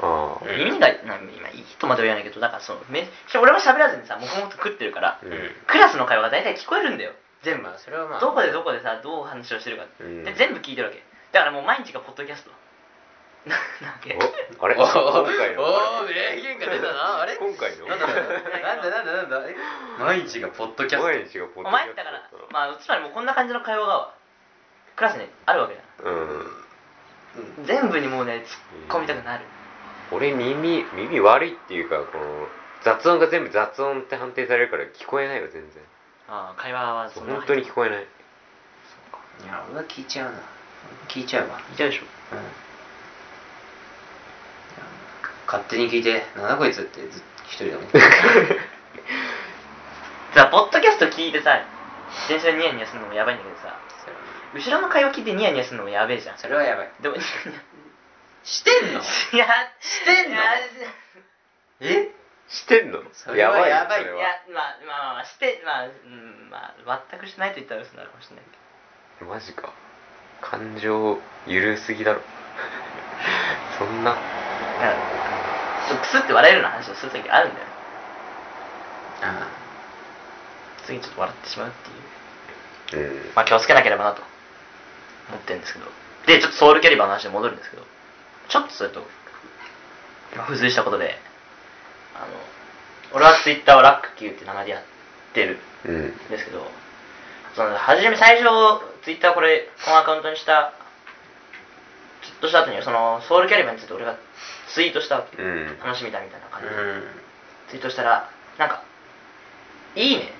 Speaker 4: あ
Speaker 3: うん
Speaker 2: 耳がな今いいとまでは言わないけどだからそのめし俺も喋らずにさ黙々と食ってるから
Speaker 4: あうん
Speaker 3: うん
Speaker 2: クラスの会話が大体聞こえるんだよ全部
Speaker 3: まあそれはまあ
Speaker 2: どこでどこでさどう話をしてるかって、
Speaker 4: うん
Speaker 2: で全部聞いてるわけだからもう毎日がポッドキャスト ななわけ
Speaker 4: おあれ
Speaker 3: お
Speaker 4: 今
Speaker 3: お
Speaker 4: 回の
Speaker 3: おお名言が出た なあれ
Speaker 4: 今回の
Speaker 3: なんだ なんだなんだなんだえ毎日がポッドキャス
Speaker 4: 毎日がポッドキャスト
Speaker 2: お前だからまあつまりもうこんな感じの会話がクラスにあるわけだ
Speaker 4: うん
Speaker 3: トうん
Speaker 2: 全部にもうね突っ込みたくなる、
Speaker 4: 俺耳耳悪いっていうかこの雑音が全部雑音って判定されるから聞こえないよ全然
Speaker 2: ああ会話は
Speaker 4: そ
Speaker 2: そうの
Speaker 4: 本当に聞こえない
Speaker 3: いや俺は聞いちゃうな聞いちゃうわ
Speaker 2: いたでしょ
Speaker 3: うんいや勝手に聞いてなんだこいつってずっと一人で思って
Speaker 2: さポッドキャスト聞いてさ電車でニヤニヤするのもやばいんだけどさ後ろの会話聞いてニヤニヤするのもやべえじゃ ん
Speaker 3: それはやばい
Speaker 2: でも ニヤ
Speaker 3: してんの
Speaker 2: ニヤいや
Speaker 3: してんの
Speaker 2: いや
Speaker 3: え
Speaker 4: してんの
Speaker 3: それはやばい
Speaker 4: それ
Speaker 2: い
Speaker 4: は
Speaker 2: やまあまあまあまあしてまあ、うん、まあ全くしてないと言ったら嘘になるかもしれないけど
Speaker 4: マジか感情ゆるすぎだろ そんな
Speaker 2: だからちょっとクスって笑えるような話をするときあるんだよ
Speaker 3: あ
Speaker 2: 次ちょっと笑ってしまうっていう
Speaker 4: うん
Speaker 2: まあ気をつけなければなと思ってるんですけどでちょっとソウルキャリバーの話に戻るんですけどちょっとそれと付随したことであの俺はツイッターをラックキューって名前でやってる
Speaker 4: うん
Speaker 2: んですけどその初め最初ツイッターこれこのアカウントにしたちょっとした後にそのソウルキャリバーについて俺がツイートしたわけ、
Speaker 4: うん
Speaker 2: 楽しみだみたいな
Speaker 3: あ
Speaker 2: 感
Speaker 3: う
Speaker 2: じで、
Speaker 3: ん
Speaker 2: ツイートしたらなんか「いいね」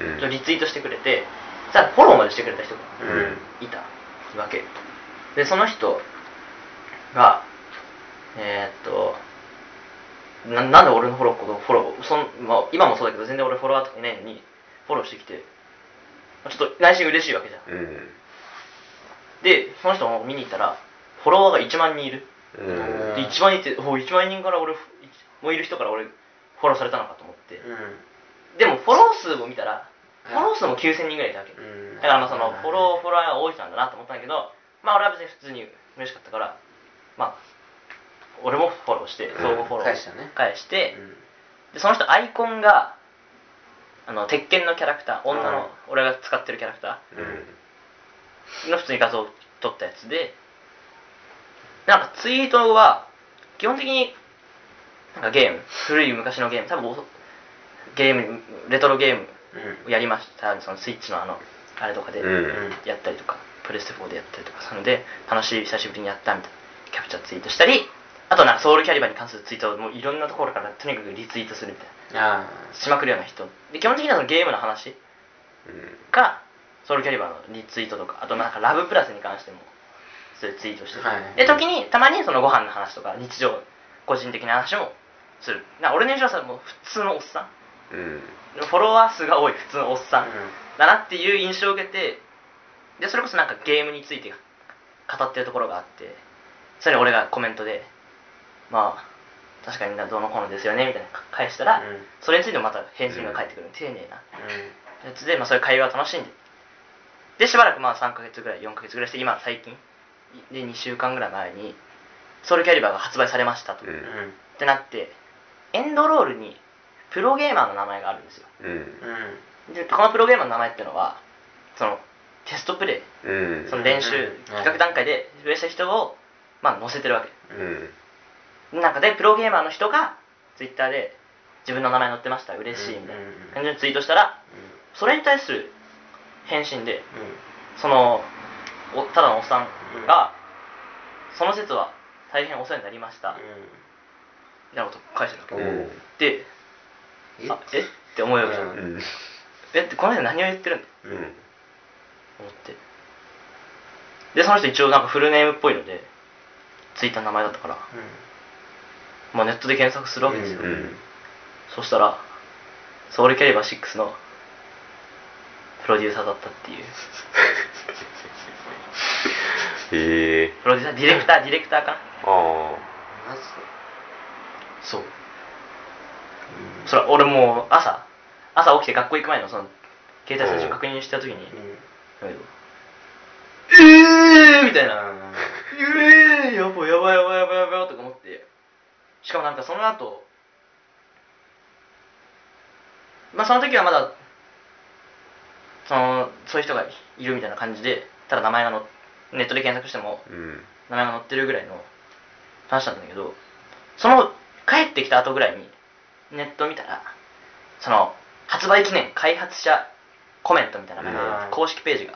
Speaker 4: うん
Speaker 2: とリツイートしてくれてさらにフォローまでしてくれた人が
Speaker 4: うん
Speaker 2: いたわけでその人がえーっとななんで俺のフォローことフォローそん、まあ、今もそうだけど全然俺フォロワーとかいないのにフォローしてきてまあちょっと内心嬉しいわけじゃん
Speaker 4: うん
Speaker 2: でその人も見に行ったらフォロワーが1万人いる
Speaker 4: うん
Speaker 2: で1万人ってお1万人から俺ふいもういる人から俺フォローされたのかと思ってでもフォロー数を見たらフォロー数も9000人ぐらいいたわけ
Speaker 3: うん
Speaker 2: だからまあそのフォローフォロワーが多い人なんだなと思ったんだけどまあ俺は別に普通に嬉しかったからまあ俺もフォローして相互フォロー
Speaker 3: 返したね
Speaker 2: 返して
Speaker 3: うん
Speaker 2: でその人アイコンがあの鉄拳のキャラクター女の俺が使ってるキャラクターの普通に画像を撮ったやつでなんかツイートは基本的になんかゲーム古い昔のゲーム多分おゲームレトロゲーム
Speaker 3: うん
Speaker 2: やりましたそのスイッチのあのあれとかで、
Speaker 4: うん
Speaker 3: うん
Speaker 2: やったりとかプレステ4でやったりとかするので楽しい久しぶりにやったみたいなキャプチャーツイートしたりあとなんかソウルキャリバーに関するツイートをもういろんなところからとにかくリツイートするみたい
Speaker 3: あ
Speaker 2: なしまくるような人で基本的にはそのゲームの話がソウルキャリバーのリツイートとかあとなんかラブプラスに関してもそういうツイートしてる、
Speaker 3: はい
Speaker 2: で時にたまにそのご飯の話とか日常個人的な話もするな俺の印象はさもう普通のおっさ
Speaker 4: う
Speaker 2: ん
Speaker 4: ん
Speaker 2: フォロワー数が多い普通のおっさ
Speaker 3: う
Speaker 2: ん
Speaker 3: ん
Speaker 2: だなっていう印象を受けてでそれこそなんかゲームについて語ってるところがあってそれに俺がコメントでまあ確かにどうのこうのですよねみたいな返したら、
Speaker 3: うん
Speaker 2: それについてもまた返信が返ってくる、丁寧な
Speaker 3: うん
Speaker 2: やつで、まあ、そういう会話を楽しんででしばらくまあ3ヶ月ぐらい4ヶ月ぐらいして今最近で2週間ぐらい前にソウルキャリバーが発売されましたと、
Speaker 4: う
Speaker 2: っ
Speaker 4: ん
Speaker 2: てなってエンドロールにプロゲーマーの名前があるんですよ
Speaker 4: うん
Speaker 2: でこのプロゲーマーの名前ってのはそのテストプレイ
Speaker 4: うん
Speaker 2: その練習、
Speaker 3: うん
Speaker 2: 企画段階でプレイした人を、まあ、載せてるわけ
Speaker 4: うん
Speaker 2: なんかでプロゲーマーの人がツイッターで自分の名前載ってました嬉しいみたい
Speaker 3: うんうんうん
Speaker 2: な感じでツイートしたらそれに対する返信でそのおただのおっさんが、その説は大変お世話になりました、みたいなこと返してるわけ
Speaker 4: うんうん
Speaker 2: であえって思うようにな
Speaker 3: う
Speaker 2: る
Speaker 3: ん
Speaker 4: うん
Speaker 2: えってこの人何を言ってるんだ
Speaker 4: うん
Speaker 2: と思ってでその人一応なんかフルネームっぽいのでツイッターの名前だったから、まあ、ネットで検索するわけですよ、
Speaker 4: うん
Speaker 2: そしたらソウルキャリバー6のプロデューサーだったっていう
Speaker 4: へえ
Speaker 2: プロデューサーディレクターディレクターかな
Speaker 4: あ
Speaker 3: マジで
Speaker 2: そうそれは俺もう朝朝起きて学校行く前のその携帯最初確認した時に「なんかえー!」みたいな「えー!」やばいやばいやばいやばいやばいとか思ってしかもなんかその後まあその時はまだそのそういう人がいるみたいな感じでただ名前がのネットで検索しても
Speaker 4: あうん
Speaker 2: 名前が載ってるぐらいの話なんだけどその帰ってきた後ぐらいにネット見たらその発売記念開発者コメントみたいな感じ
Speaker 3: うん
Speaker 2: で公式ページが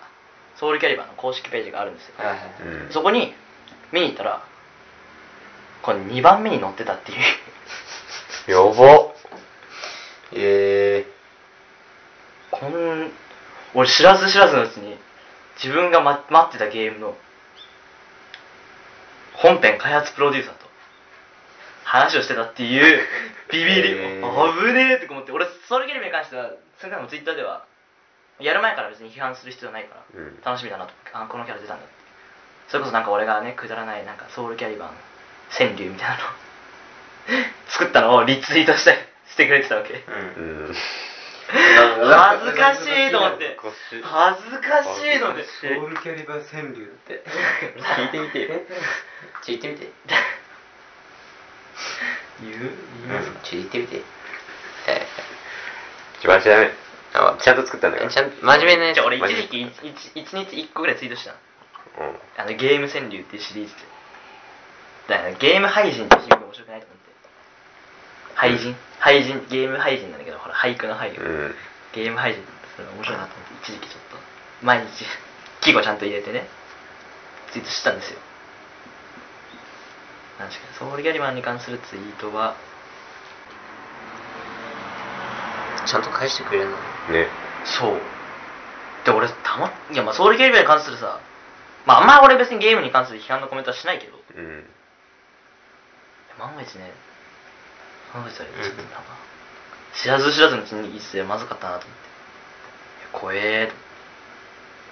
Speaker 2: ソウルキャリバーの公式ページがあるんですよ
Speaker 3: はいは
Speaker 4: うん
Speaker 2: そこに見に行ったらこの2番目に載ってたっていう
Speaker 4: やばっ
Speaker 3: いえ
Speaker 2: こん俺知らず知らずのうちに自分が、ま、待ってたゲームの本編開発プロデューサーと話をしてたっていう ビビり
Speaker 3: へー
Speaker 2: あ危ねえって思って俺ソウルゲームに関してはそれからもツイッターではやる前から別に批判する必要ないから、
Speaker 4: うん
Speaker 2: 楽しみだなとあこのキャラ出たんだってそれこそなんか俺がねくだらないなんかソウルキャリバーの川柳みたいなのを 作ったのをリツイートしてしてくれてたわけ
Speaker 3: うん
Speaker 4: うん
Speaker 2: 恥ずかしいと思って
Speaker 4: おかしい
Speaker 2: 恥ずかしいので
Speaker 3: ソウルキャリバー川柳って
Speaker 4: 聞いてみてよ
Speaker 3: ちょ言ってみて
Speaker 2: 言う
Speaker 3: うんちょ言ってみてはいはい
Speaker 4: 一番しダメ
Speaker 3: あ
Speaker 4: ちゃんと作ったんだから
Speaker 3: ちゃんと真面目なや
Speaker 2: じ
Speaker 3: つ
Speaker 2: ゃあ俺一時期一一日1個ぐらいツイートしたの
Speaker 4: うん
Speaker 2: あのゲーム川柳っていうシリーズでだからゲーム配信っていう意味が面白くないと思って配信配信ゲーム配信なんだけどほら俳句の俳句、
Speaker 4: うん
Speaker 2: ゲーム配信それ面白いなと思って一時期ちょっと毎日 季語ちゃんと入れてねツイートしてたんですよ確かにソウルギャリバンに関するツイートは
Speaker 3: ちゃんと返してくれるの
Speaker 4: ね
Speaker 2: そうで俺たまいやまあソウルゲームに関するさまああんま俺別にゲームに関する批判のコメントはしないけど
Speaker 4: うん
Speaker 2: 万が一ね万が一あれ
Speaker 3: うん
Speaker 2: ちょっとなんか知らず知らずのうちに一世まずかったなと思っていや怖えと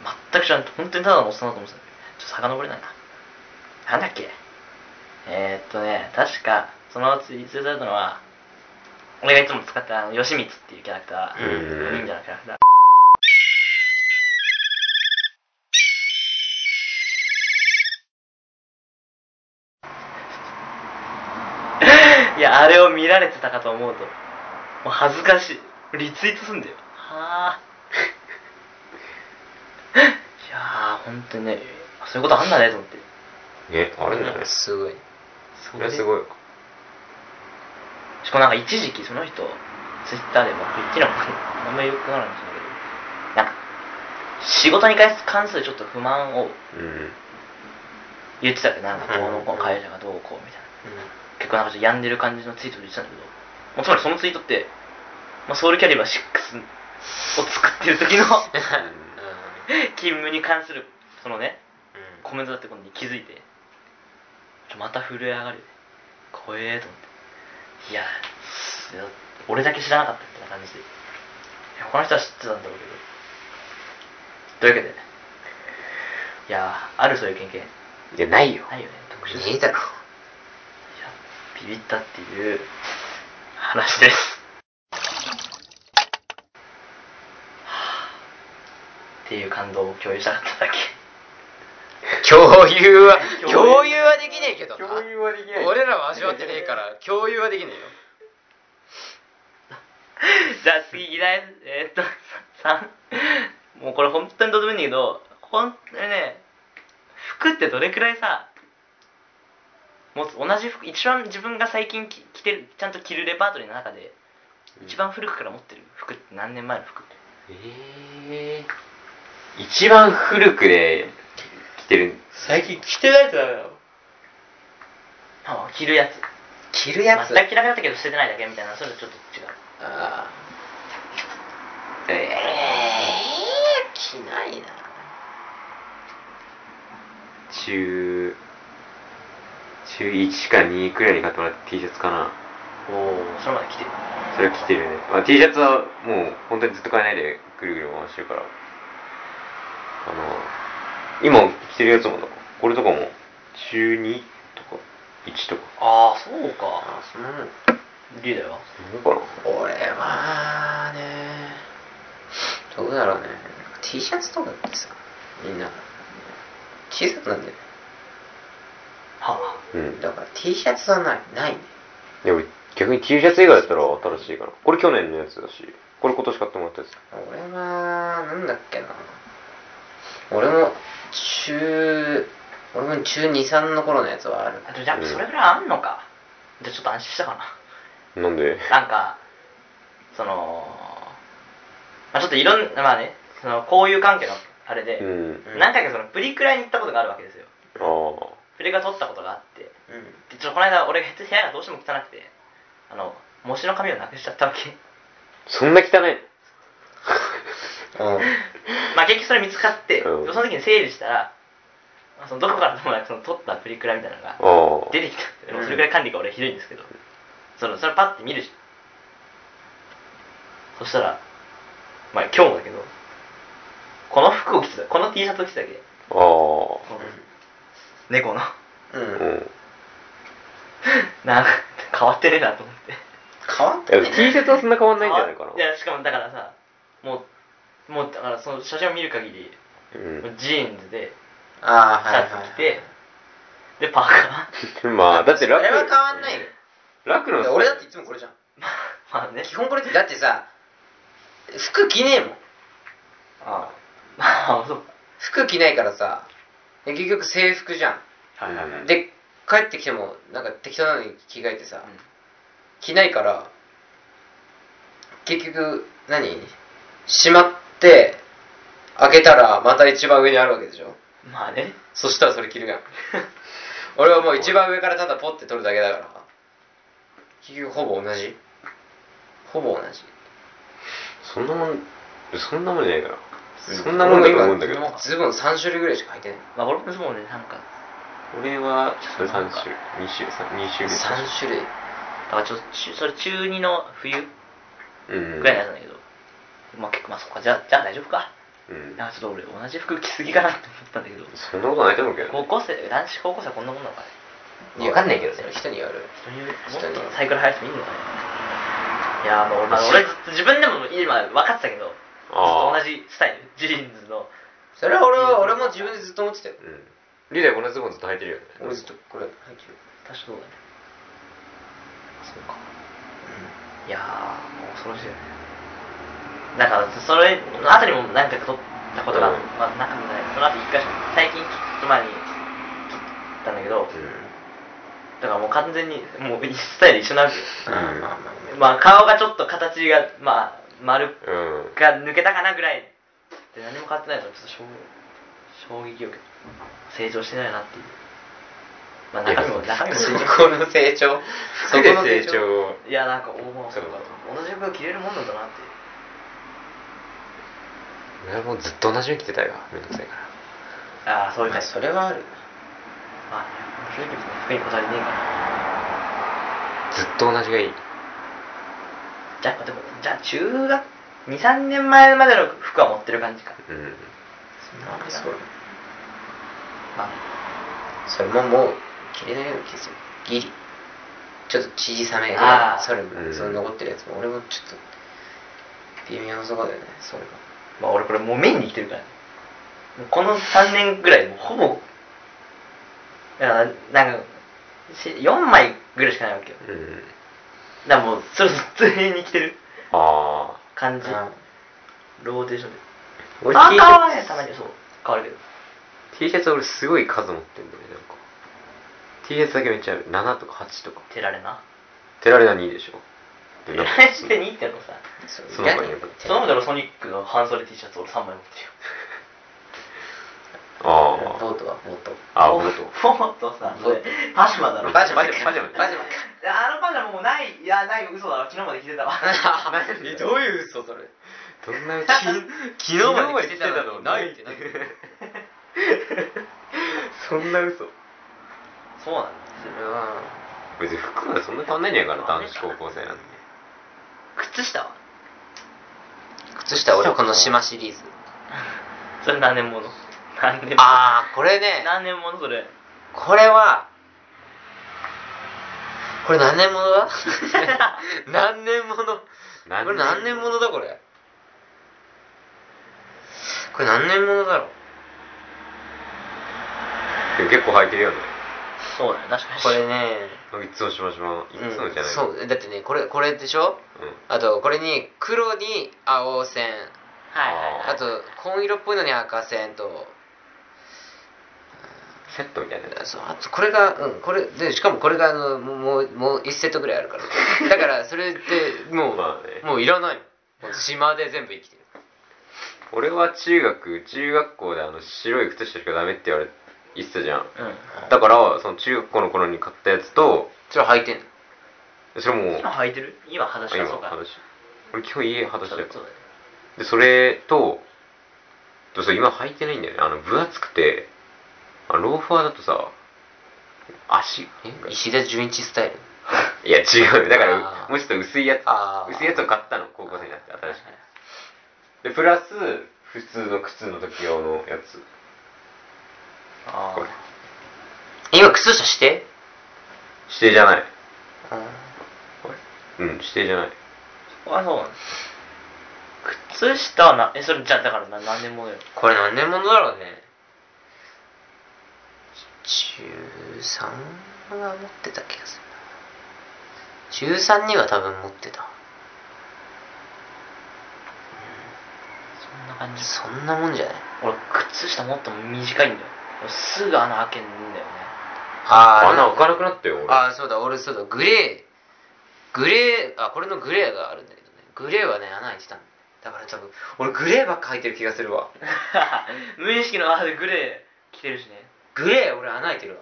Speaker 2: 思って全く知らん本当にただのおっさんだと思ってたちょっと遡れないななんだっけえー、っとね確かそのツイートされたのは俺がいつも使ってたあの吉光っていうキャラクター、
Speaker 4: うん
Speaker 2: 忍者のキャラクターいや、あれを見られてたかと思うと、もう恥ずかしい。リツイートすんだよ。はあ。 いやー、本当にね、そういうことあんだねと思って。
Speaker 4: ねあるんだね
Speaker 3: すごい
Speaker 4: それはすごい
Speaker 2: しかもなんか一時期その人、ツイッターでも言ってるのかな、あんまりよくわからないんですけど、なんか、仕事に関するちょっと不満を
Speaker 4: うん
Speaker 2: 言ってたけど、なんか、
Speaker 3: うん
Speaker 2: どうのこうの会社がどうこうみたいな。結構なんかちょっと病んでる感じのツイートで言ってたんだけど、まあ、つまりそのツイートって、まあ、ソウルキャリバー6を作ってる時の勤務に関するそのねコメントだってことに気づいてまた震え上がるよね怖えーと思っていやいや俺だけ知らなかったみたいな感じでいや他の人は知ってたんだろうけどというわけでいやあるそういう経験
Speaker 4: いやないよ
Speaker 2: ないよね特殊
Speaker 3: ねえだろ
Speaker 2: いやビビったっていう話です はあっていう感動を共有したかっただけ
Speaker 3: 共有は
Speaker 2: 共有
Speaker 3: 共有はできねえけどな
Speaker 4: 共有はできない
Speaker 3: 俺らは味わってねえから共有はできねえよ
Speaker 2: じゃあ次議題えーっと3もうこれ本当にどうでもいいんだけど本当にね服ってどれくらいさもう同じ服一番自分が最近き着てるちゃんと着るレパートリーの中で一番古くから持ってる服って何年前の服
Speaker 4: えー、一番古くで着てる
Speaker 5: 最近着てないとダメだろ
Speaker 2: あ着るやつ
Speaker 3: 着るやつ
Speaker 2: 全く着なくなったけど捨ててないだけみたいなそれとちょっと違う
Speaker 3: あ
Speaker 4: え
Speaker 3: あええ着ないな
Speaker 4: ー、中中1か2くらいに買ってもらった T シャツかな
Speaker 2: おおそれまで着てる
Speaker 4: それは着てるね、まあ、T シャツはもう本当にずっと買えないでぐるぐる回してるからあの今着てるやつもだこれとかも中2とか1とか
Speaker 2: ああそうか
Speaker 3: あそんなもん
Speaker 2: リーだよ
Speaker 4: そんなかな
Speaker 3: 俺はねどうだろうね T シャツとかってさみんな小さくなんだよね
Speaker 2: は
Speaker 4: うん
Speaker 3: だから T シャツはないないね
Speaker 4: でも逆に T シャツ以外だったら新しいかなこれ去年のやつだしこれ今年買ってもらったやつ
Speaker 3: 俺はなんだっけな俺も中俺も中23の頃のやつはある
Speaker 2: ああとやっぱそれぐらいあんのかじゃあちょっと安心したかな
Speaker 4: なんで
Speaker 2: なんか、その、まあ、ちょっといろんな、まあね、その交友関係のあれで、
Speaker 4: うん
Speaker 3: ん
Speaker 2: 何回かそのプリクラに行ったことがあるわけですよ。
Speaker 4: ああ
Speaker 2: プリクラ撮ったことがあって、
Speaker 3: うん
Speaker 2: でちょっとこの間、俺が部屋がどうしても汚くて、あの、模試の紙をなくしちゃったわけ。
Speaker 4: そんな汚いの
Speaker 3: うん
Speaker 2: まあ結局それ見つかって、
Speaker 4: うん
Speaker 2: でその時に整理したら、まあそのどこからともなくその撮ったプリクラみたいなのが
Speaker 4: ああ
Speaker 2: 出てきたんで、もうそれくらい管理が俺ひどいんですけど、そのそれパッて見るしそしたらまあ今日もだけどこの服を着てたこの T シャツを着てたわけ
Speaker 4: あ
Speaker 2: この猫の
Speaker 3: うん
Speaker 4: あうん
Speaker 2: なんか変わってねえなと思って
Speaker 3: 変わっ
Speaker 4: い
Speaker 3: た
Speaker 4: や
Speaker 3: ね
Speaker 4: T シャツはそんな変わんないんじゃないかな
Speaker 2: やしかもだからさもうもうだからその写真を見る限り
Speaker 4: うん
Speaker 2: もうジーンズで
Speaker 3: あ
Speaker 2: シ
Speaker 3: あはい
Speaker 2: ャ
Speaker 3: はい、は
Speaker 2: ツ
Speaker 3: い、
Speaker 2: 着て、でパー カ
Speaker 4: まあ、だって楽。
Speaker 3: それは変わんないよ
Speaker 4: 楽
Speaker 3: いや
Speaker 4: の。
Speaker 3: 俺だっていつもこれじゃん
Speaker 2: ーまあね
Speaker 3: 基本これってだってさ服着ねえもん
Speaker 2: ああまあそうか
Speaker 3: 服着ないからさで結局制服じゃ
Speaker 4: はいはいはい
Speaker 3: んで帰ってきてもなんか適当なのに着替えてさ、
Speaker 2: うん
Speaker 3: 着ないから結局何しまって開けたらまた一番上にあるわけでしょ
Speaker 2: まあね
Speaker 3: そしたらそれ着るやん 俺はもう一番上からただポッて取るだけだから結局ほぼ同じほぼ同じ
Speaker 4: そんなもん、そんなもんじゃないかな。そんなもんだと思うんだけど。
Speaker 3: 俺も今ズボン3種類ぐらいしか履いてない
Speaker 2: まあ俺もそうねなんか
Speaker 4: 俺は、ちょっと
Speaker 2: なん
Speaker 4: 3
Speaker 2: か
Speaker 4: 種、2種、2種類。
Speaker 3: 3種類
Speaker 2: だからちょっと中それ中2の冬
Speaker 4: うん。
Speaker 2: ぐらいのやつなんだけど、まあ結構まあそっかじゃあじゃあ大丈夫か
Speaker 4: うん。
Speaker 2: なんかちょっと俺同じ服着すぎかなって思ったんだけど
Speaker 4: そんなことないと思うけどね。
Speaker 2: 高校生男子高校生はこんなもんなのかね
Speaker 3: いや
Speaker 4: わかんないけどね
Speaker 3: それ人による
Speaker 2: 人によるも
Speaker 3: 人によ
Speaker 2: っ
Speaker 3: る
Speaker 2: とサイクル速い人もいいのかねいやあの
Speaker 4: まあ
Speaker 2: あの俺ずっと自分でも今分かってたけどずっと
Speaker 4: あ
Speaker 2: 同
Speaker 4: あ。
Speaker 2: じスタイルジーンズの
Speaker 3: それは俺は俺も自分でずっと思ってたよ
Speaker 4: うん。リーダーこのズボンずっと履いてるよね。
Speaker 3: 俺ずっとこれ履いてる
Speaker 2: 多少だねそうかいやー恐ろしいよねだからそれの後にも何回か撮ったことが、
Speaker 4: うん
Speaker 2: まあなくもないその後一回しか最近ちょっと前に撮ったんだけど、だからもう完全にもうスタイル一緒なわけよ
Speaker 4: うん
Speaker 3: ああまあまあ
Speaker 2: まあ顔がちょっと形がまあ丸
Speaker 4: うん。うん。
Speaker 2: が抜けたかなぐらいで何も変わってないのがちょっと衝衝撃を受けた成長してないなっていうまあ中身も
Speaker 4: いや
Speaker 2: 中身も成長
Speaker 3: そこの成長そ
Speaker 4: 服
Speaker 3: こ
Speaker 4: で
Speaker 3: の
Speaker 4: 成
Speaker 3: 成長
Speaker 4: 長。
Speaker 2: いやなんか思う
Speaker 4: そうだ
Speaker 2: 同じ服が着れるもんなんだなって
Speaker 4: 俺はもうずっと同じように着てたよ。めんどくさいから。
Speaker 2: ああそういう
Speaker 3: ま
Speaker 2: タ
Speaker 3: あ
Speaker 2: イプ
Speaker 3: それはあるよ
Speaker 2: まあ筋力と服にこだわりねえから
Speaker 4: ずっと同じがいい
Speaker 2: じゃあでもじゃあ中学23年前までの服は持ってる感じか
Speaker 4: うん
Speaker 2: そんなわけだ
Speaker 3: そう
Speaker 2: まあ
Speaker 3: それももう切れないような気がするギリちょっと小さめ
Speaker 2: あー
Speaker 3: がそれも、
Speaker 4: うん
Speaker 3: その残ってるやつも俺もちょっと微妙なとこだよねそれが
Speaker 2: まあ俺これもうメインにいってるからねもうこの3年ぐらいもうほぼだからなんか4枚ぐらいしかないわけよ
Speaker 4: うん
Speaker 2: だからもうそれ普通に着てる
Speaker 4: ああ
Speaker 2: 感じ
Speaker 3: あ
Speaker 2: ローテーションで
Speaker 4: 俺
Speaker 2: パー
Speaker 4: T シ
Speaker 2: カーは
Speaker 4: ャ
Speaker 2: ねたまにそう変わるけど
Speaker 4: ツ T シャツ俺すごい数持ってんだよねなんか T シャツだけめっちゃある7とか8とか
Speaker 2: テラレな
Speaker 4: テラレナ2でしょで
Speaker 2: テ
Speaker 4: な
Speaker 2: ラ
Speaker 4: んか
Speaker 2: レ して2ってのさ
Speaker 3: そう
Speaker 4: その他に
Speaker 3: 意外
Speaker 2: そのまでのソニックの半袖 T シャツ俺3枚持ってるよ
Speaker 4: あ
Speaker 3: ボ
Speaker 4: ー
Speaker 3: ートはボート
Speaker 4: ああ本当。
Speaker 2: フォートさそれパジャマだろ
Speaker 4: パジャマパジャマ
Speaker 3: パジャマ
Speaker 2: あのパジャマもうないいやない嘘だろ昨日まで着てたわ
Speaker 3: えどういう嘘それ
Speaker 4: どんなき昨日まで着てたのないって
Speaker 3: ないって
Speaker 4: そんな嘘
Speaker 2: そうなんだ
Speaker 3: それは
Speaker 4: 別に服はそんな変わんないんやから男子高校生なんで
Speaker 2: 靴下は
Speaker 3: 靴下俺この島シリーズ
Speaker 2: それ何年もの何年もの
Speaker 3: ああこれね
Speaker 2: 何年ものそれ
Speaker 3: これはこれ何年もの だ何年もの
Speaker 4: 何年
Speaker 3: これ何年ものだこれこれ何年ものだろう
Speaker 4: でも結構履いてるよね
Speaker 2: そうだよ確かに
Speaker 3: これね
Speaker 4: いつもしましまいつもじゃない、
Speaker 3: そうだってねこれこれでしょ
Speaker 4: うん
Speaker 3: あとこれに黒に青線
Speaker 2: はいはいはい
Speaker 4: ー
Speaker 3: あと紺色っぽいのに赤線と
Speaker 4: セットみたいなやつ
Speaker 3: そうあとこれがうんこれでしかもこれがあのもうもう1セットぐらいあるからだからそれってもう、
Speaker 4: まあね
Speaker 3: もういらないもん島で全部生きてる
Speaker 4: 俺は中学中学校であの白い靴下しかダメって言われ言ってたじゃん
Speaker 2: うん
Speaker 4: だからその中学校の頃に買ったやつと
Speaker 3: それ履いてんの
Speaker 4: それもう
Speaker 2: 今履いてる今裸足
Speaker 4: 今
Speaker 2: だそうか
Speaker 4: 話俺基本家裸足
Speaker 2: そう
Speaker 4: だ
Speaker 2: だ
Speaker 4: よ
Speaker 2: よそう
Speaker 4: でそれとでそう今履いてないんだよねあの分厚くてあのローファーだとさ足
Speaker 3: 石田純一スタイル
Speaker 4: いや違うよだから
Speaker 3: あー
Speaker 4: もうちょっと薄いやつ
Speaker 3: あー
Speaker 4: 薄いやつを買ったの高校生になって新しくでプラス普通の靴の時用のやつ
Speaker 2: だあ
Speaker 4: これ
Speaker 3: 今靴下して
Speaker 4: 指定じゃない
Speaker 3: あ
Speaker 4: これうん指定じゃない
Speaker 2: ああそうなんだ靴下はなえそれじゃあだからな何年ものよ
Speaker 3: これ何年ものだろうね13は持ってた気がするな13には多分持ってた
Speaker 2: そんな感じ
Speaker 3: そんなもんじゃない
Speaker 2: 俺靴下もっと短いんだよ俺すぐ穴開けんだよね
Speaker 3: あ
Speaker 4: 穴開かなくなったよ俺
Speaker 3: ああそうだ俺そうだグレーグレーあこれのグレーがあるんだけどねグレーはね穴開いてたのだから多分俺グレーばっか履いてる気がするわ
Speaker 2: 無意識のあでグレー着てるしね
Speaker 3: グレー俺穴開いてるわ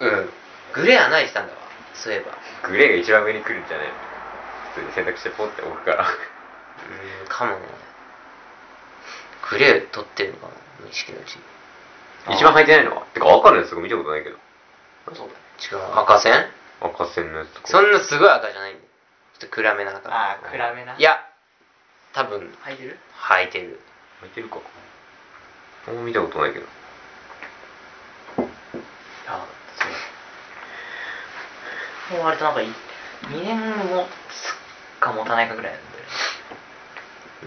Speaker 3: うんグレー穴開いてたんだわそういえば
Speaker 4: グレーが一番上に来るんじゃないの普通に選択してポッて置くから
Speaker 3: うんかもねグレー取ってるのかな無意識のうちに
Speaker 4: 一番履いてないのはてか赤のやつとか見たことないけど
Speaker 2: そうだ
Speaker 3: 違う赤線
Speaker 4: 赤線のやつとか
Speaker 3: そんなすごい赤じゃないんだよちょっと暗めな赤
Speaker 2: ああ暗めない
Speaker 3: や多分
Speaker 2: 履いてる
Speaker 3: 履いてる
Speaker 4: 履いてるかもう見たことないけど
Speaker 2: あそうもう割となんかい2年もつか持たないかぐらいなんで
Speaker 3: う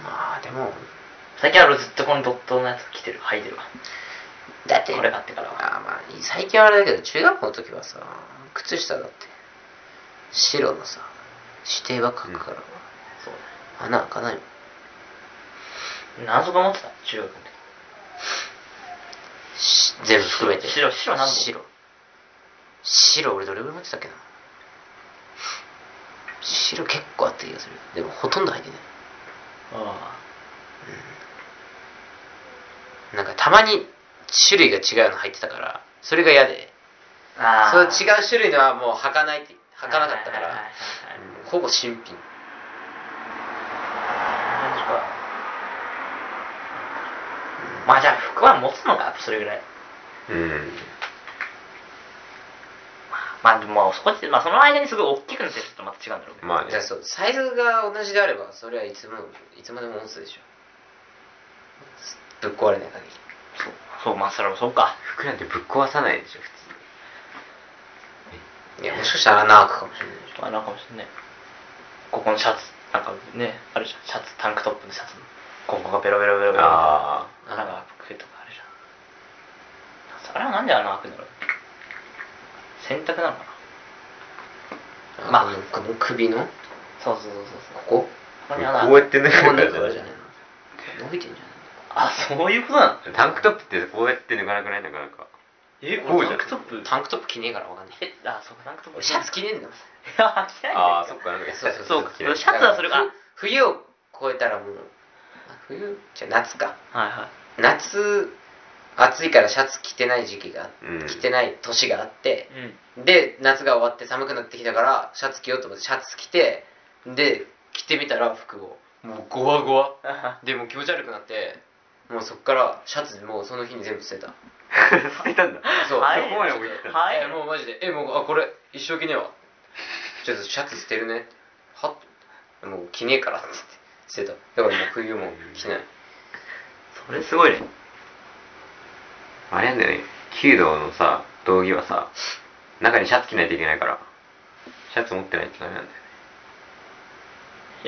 Speaker 3: んまあでも
Speaker 2: 最近は俺ずっとこのドットのやつ着てる履いてるわ
Speaker 3: だって
Speaker 2: これ買ってからは
Speaker 3: あーまあ最近はあれだけど中学校の時はさ靴下だって白のさ指定ばっか書くから、
Speaker 2: そう
Speaker 3: 穴開かないもん
Speaker 2: だ何足持ってた中学の時
Speaker 3: し全部含めて
Speaker 2: 白白何本
Speaker 3: 白白俺どれぐらい持ってたっけな白結構あった気がするでもほとんど入ってない
Speaker 2: あ
Speaker 3: なんかたまに種類が違うの入ってたからそれが嫌で
Speaker 2: あ
Speaker 3: そう違う
Speaker 2: う
Speaker 3: 種類のはもう履かないって履かなかったから、ほぼ新品
Speaker 2: 感じかまあじゃあ服は持つのかやっぱそれぐらい
Speaker 4: うん。
Speaker 2: まあでもまあそこって、まあ、その間にすごい大きくなってるとまた違うんだろうけど、
Speaker 4: まあね
Speaker 3: じゃあ。そうサイズが同じであればそれはいつもいつまでも持つでしょぶっ壊れない限り
Speaker 2: そうそうまあそれもそうか
Speaker 4: 服なんてぶっ壊さないでしょ、普
Speaker 3: いやもしかしたら穴開くかもしれないでしょ
Speaker 2: まあなんかもしれないここのシャツなんかねあるじゃんシャツタンクトップのシャツここがベロベロベロベ
Speaker 4: 通。
Speaker 2: ロ
Speaker 4: あ
Speaker 2: 穴が開くとかあるじゃんそれはなんで穴開くんだろう洗濯なのかな
Speaker 3: あ
Speaker 2: まあ
Speaker 3: このこの首の
Speaker 2: そうそうそうそうそ
Speaker 3: こ
Speaker 2: う
Speaker 3: こ
Speaker 2: ここに穴
Speaker 4: あ。こうやって脱
Speaker 3: ここ
Speaker 4: ぐ
Speaker 3: 抜く
Speaker 4: か
Speaker 3: から
Speaker 4: ら
Speaker 3: じゃ
Speaker 4: じゃ
Speaker 3: な
Speaker 4: ないい
Speaker 3: の伸びてんじゃない
Speaker 2: あそういうことなの
Speaker 4: タンクトップってこうやって脱がなくないなかなか。
Speaker 2: え
Speaker 4: こう
Speaker 2: 俺
Speaker 4: じゃ
Speaker 2: タ
Speaker 4: ん
Speaker 2: ンクトップ
Speaker 3: のタンクトップ着ねえからわかんない
Speaker 2: えあそうかタンクトップ
Speaker 3: 俺シャツ着ねえんだもん
Speaker 2: いや着ないんだ
Speaker 4: ああ、そっか、なんか
Speaker 3: そう
Speaker 2: けど
Speaker 3: そ
Speaker 2: そうう
Speaker 3: か
Speaker 2: か
Speaker 4: 嫌い
Speaker 2: シャツはそれが
Speaker 3: だからふ冬を超えたらもうあ冬じゃあ夏か
Speaker 2: あはいはい
Speaker 3: 夏暑いからシャツ着てない時期が、
Speaker 4: うん
Speaker 3: 着てない年があって
Speaker 2: うん
Speaker 3: で夏が終わって寒くなってきたからシャツ着ようと思ってシャツ着てで着てみたら服をもうゴワゴワでもう気持ち悪くなってもうそっからシャツもうその日に全部捨てた
Speaker 4: 捨てたんだ。
Speaker 3: そう
Speaker 2: は い
Speaker 4: そこまで思い切ったんだ
Speaker 2: はい
Speaker 3: えもうマジでえもうあこれ一生着ねえわちょっとシャツ捨てるねはっもう着ねえからっつって捨てただからもう冬も着ない
Speaker 2: それすごいね
Speaker 4: あれなんだよね、弓道のさ、道着はさ、中にシャツ着ないといけないから、シャツ持ってないとダメなんだよね。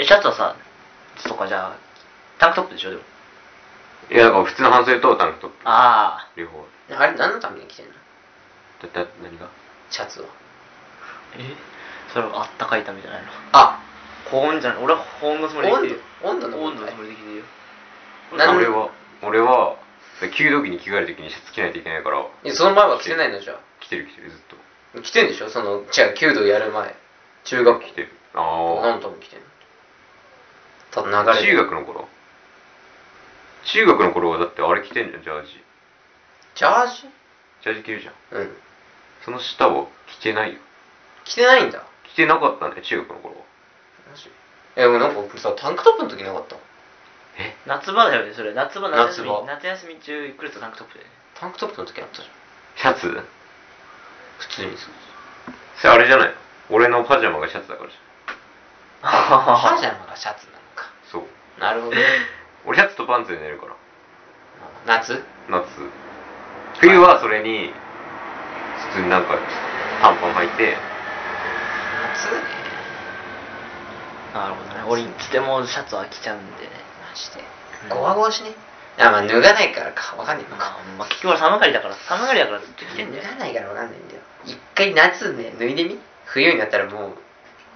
Speaker 2: えシャツはさそうかじゃあタンクトップでしょでも
Speaker 4: いや、だから普通の半袖とタンクトップ、
Speaker 2: あ
Speaker 4: 両方。
Speaker 3: あれ何のために着てんの
Speaker 4: だって何が
Speaker 3: シャツは
Speaker 2: あえそれはあったかいためじゃないの
Speaker 3: あ
Speaker 2: 保温じゃない俺は保温のつもりで着てる
Speaker 3: 温度温度の問
Speaker 2: 温
Speaker 3: 題
Speaker 2: 度のつもりで着てるよ
Speaker 3: なん
Speaker 4: 俺は、俺は、弓道着に着替えるときにシャツ着ないといけないから、
Speaker 3: えその前は着てないのじゃあ
Speaker 4: 着てる着てる、ずっと。
Speaker 3: 着てんでしょその違う弓道やる前中学
Speaker 4: 着てる。あ
Speaker 3: 何
Speaker 4: あ。
Speaker 3: のために着てんのただ流れ
Speaker 4: 中
Speaker 3: で
Speaker 4: 学の頃中学の頃はだってあれ着てんじゃん、ジャージ。
Speaker 3: ジャージ
Speaker 4: ジャージ着るじゃん。
Speaker 3: うん
Speaker 4: その下を着てないよ。
Speaker 3: 着てないんだ
Speaker 4: 着てなかったんだよ、中学の頃は。
Speaker 3: マジえもうなんか俺さタンクトップの時なかった
Speaker 4: え
Speaker 2: 夏場だよねそれ夏場夏休み
Speaker 3: 夏場
Speaker 2: 夏休み中来るとタンクトップで
Speaker 3: タンクトップの時あったじゃん
Speaker 4: シャツ
Speaker 3: 普通にそう
Speaker 4: それあれじゃない俺のパジャマがシャツだからじゃ
Speaker 3: パ
Speaker 2: は
Speaker 3: ジャマがシャツなのか
Speaker 4: ん。そう。
Speaker 3: なるほど
Speaker 4: 俺シャツとパンツで寝るから。
Speaker 3: 夏
Speaker 4: 夏。冬はそれに、普通になんか短パン履いて、
Speaker 3: 夏ね
Speaker 2: なるほどね俺いつでもシャツは着ちゃうんでね
Speaker 3: マジで
Speaker 2: うん
Speaker 3: ゴワゴワしねあまあ脱がないからかわかんないの
Speaker 2: ま
Speaker 3: か
Speaker 2: あ、まあ、結局俺寒がりだから寒がりだからずっと着
Speaker 3: 脱
Speaker 2: てんだよ
Speaker 3: がないからわかんないんだよ一回夏ね脱いでみ冬になったらもう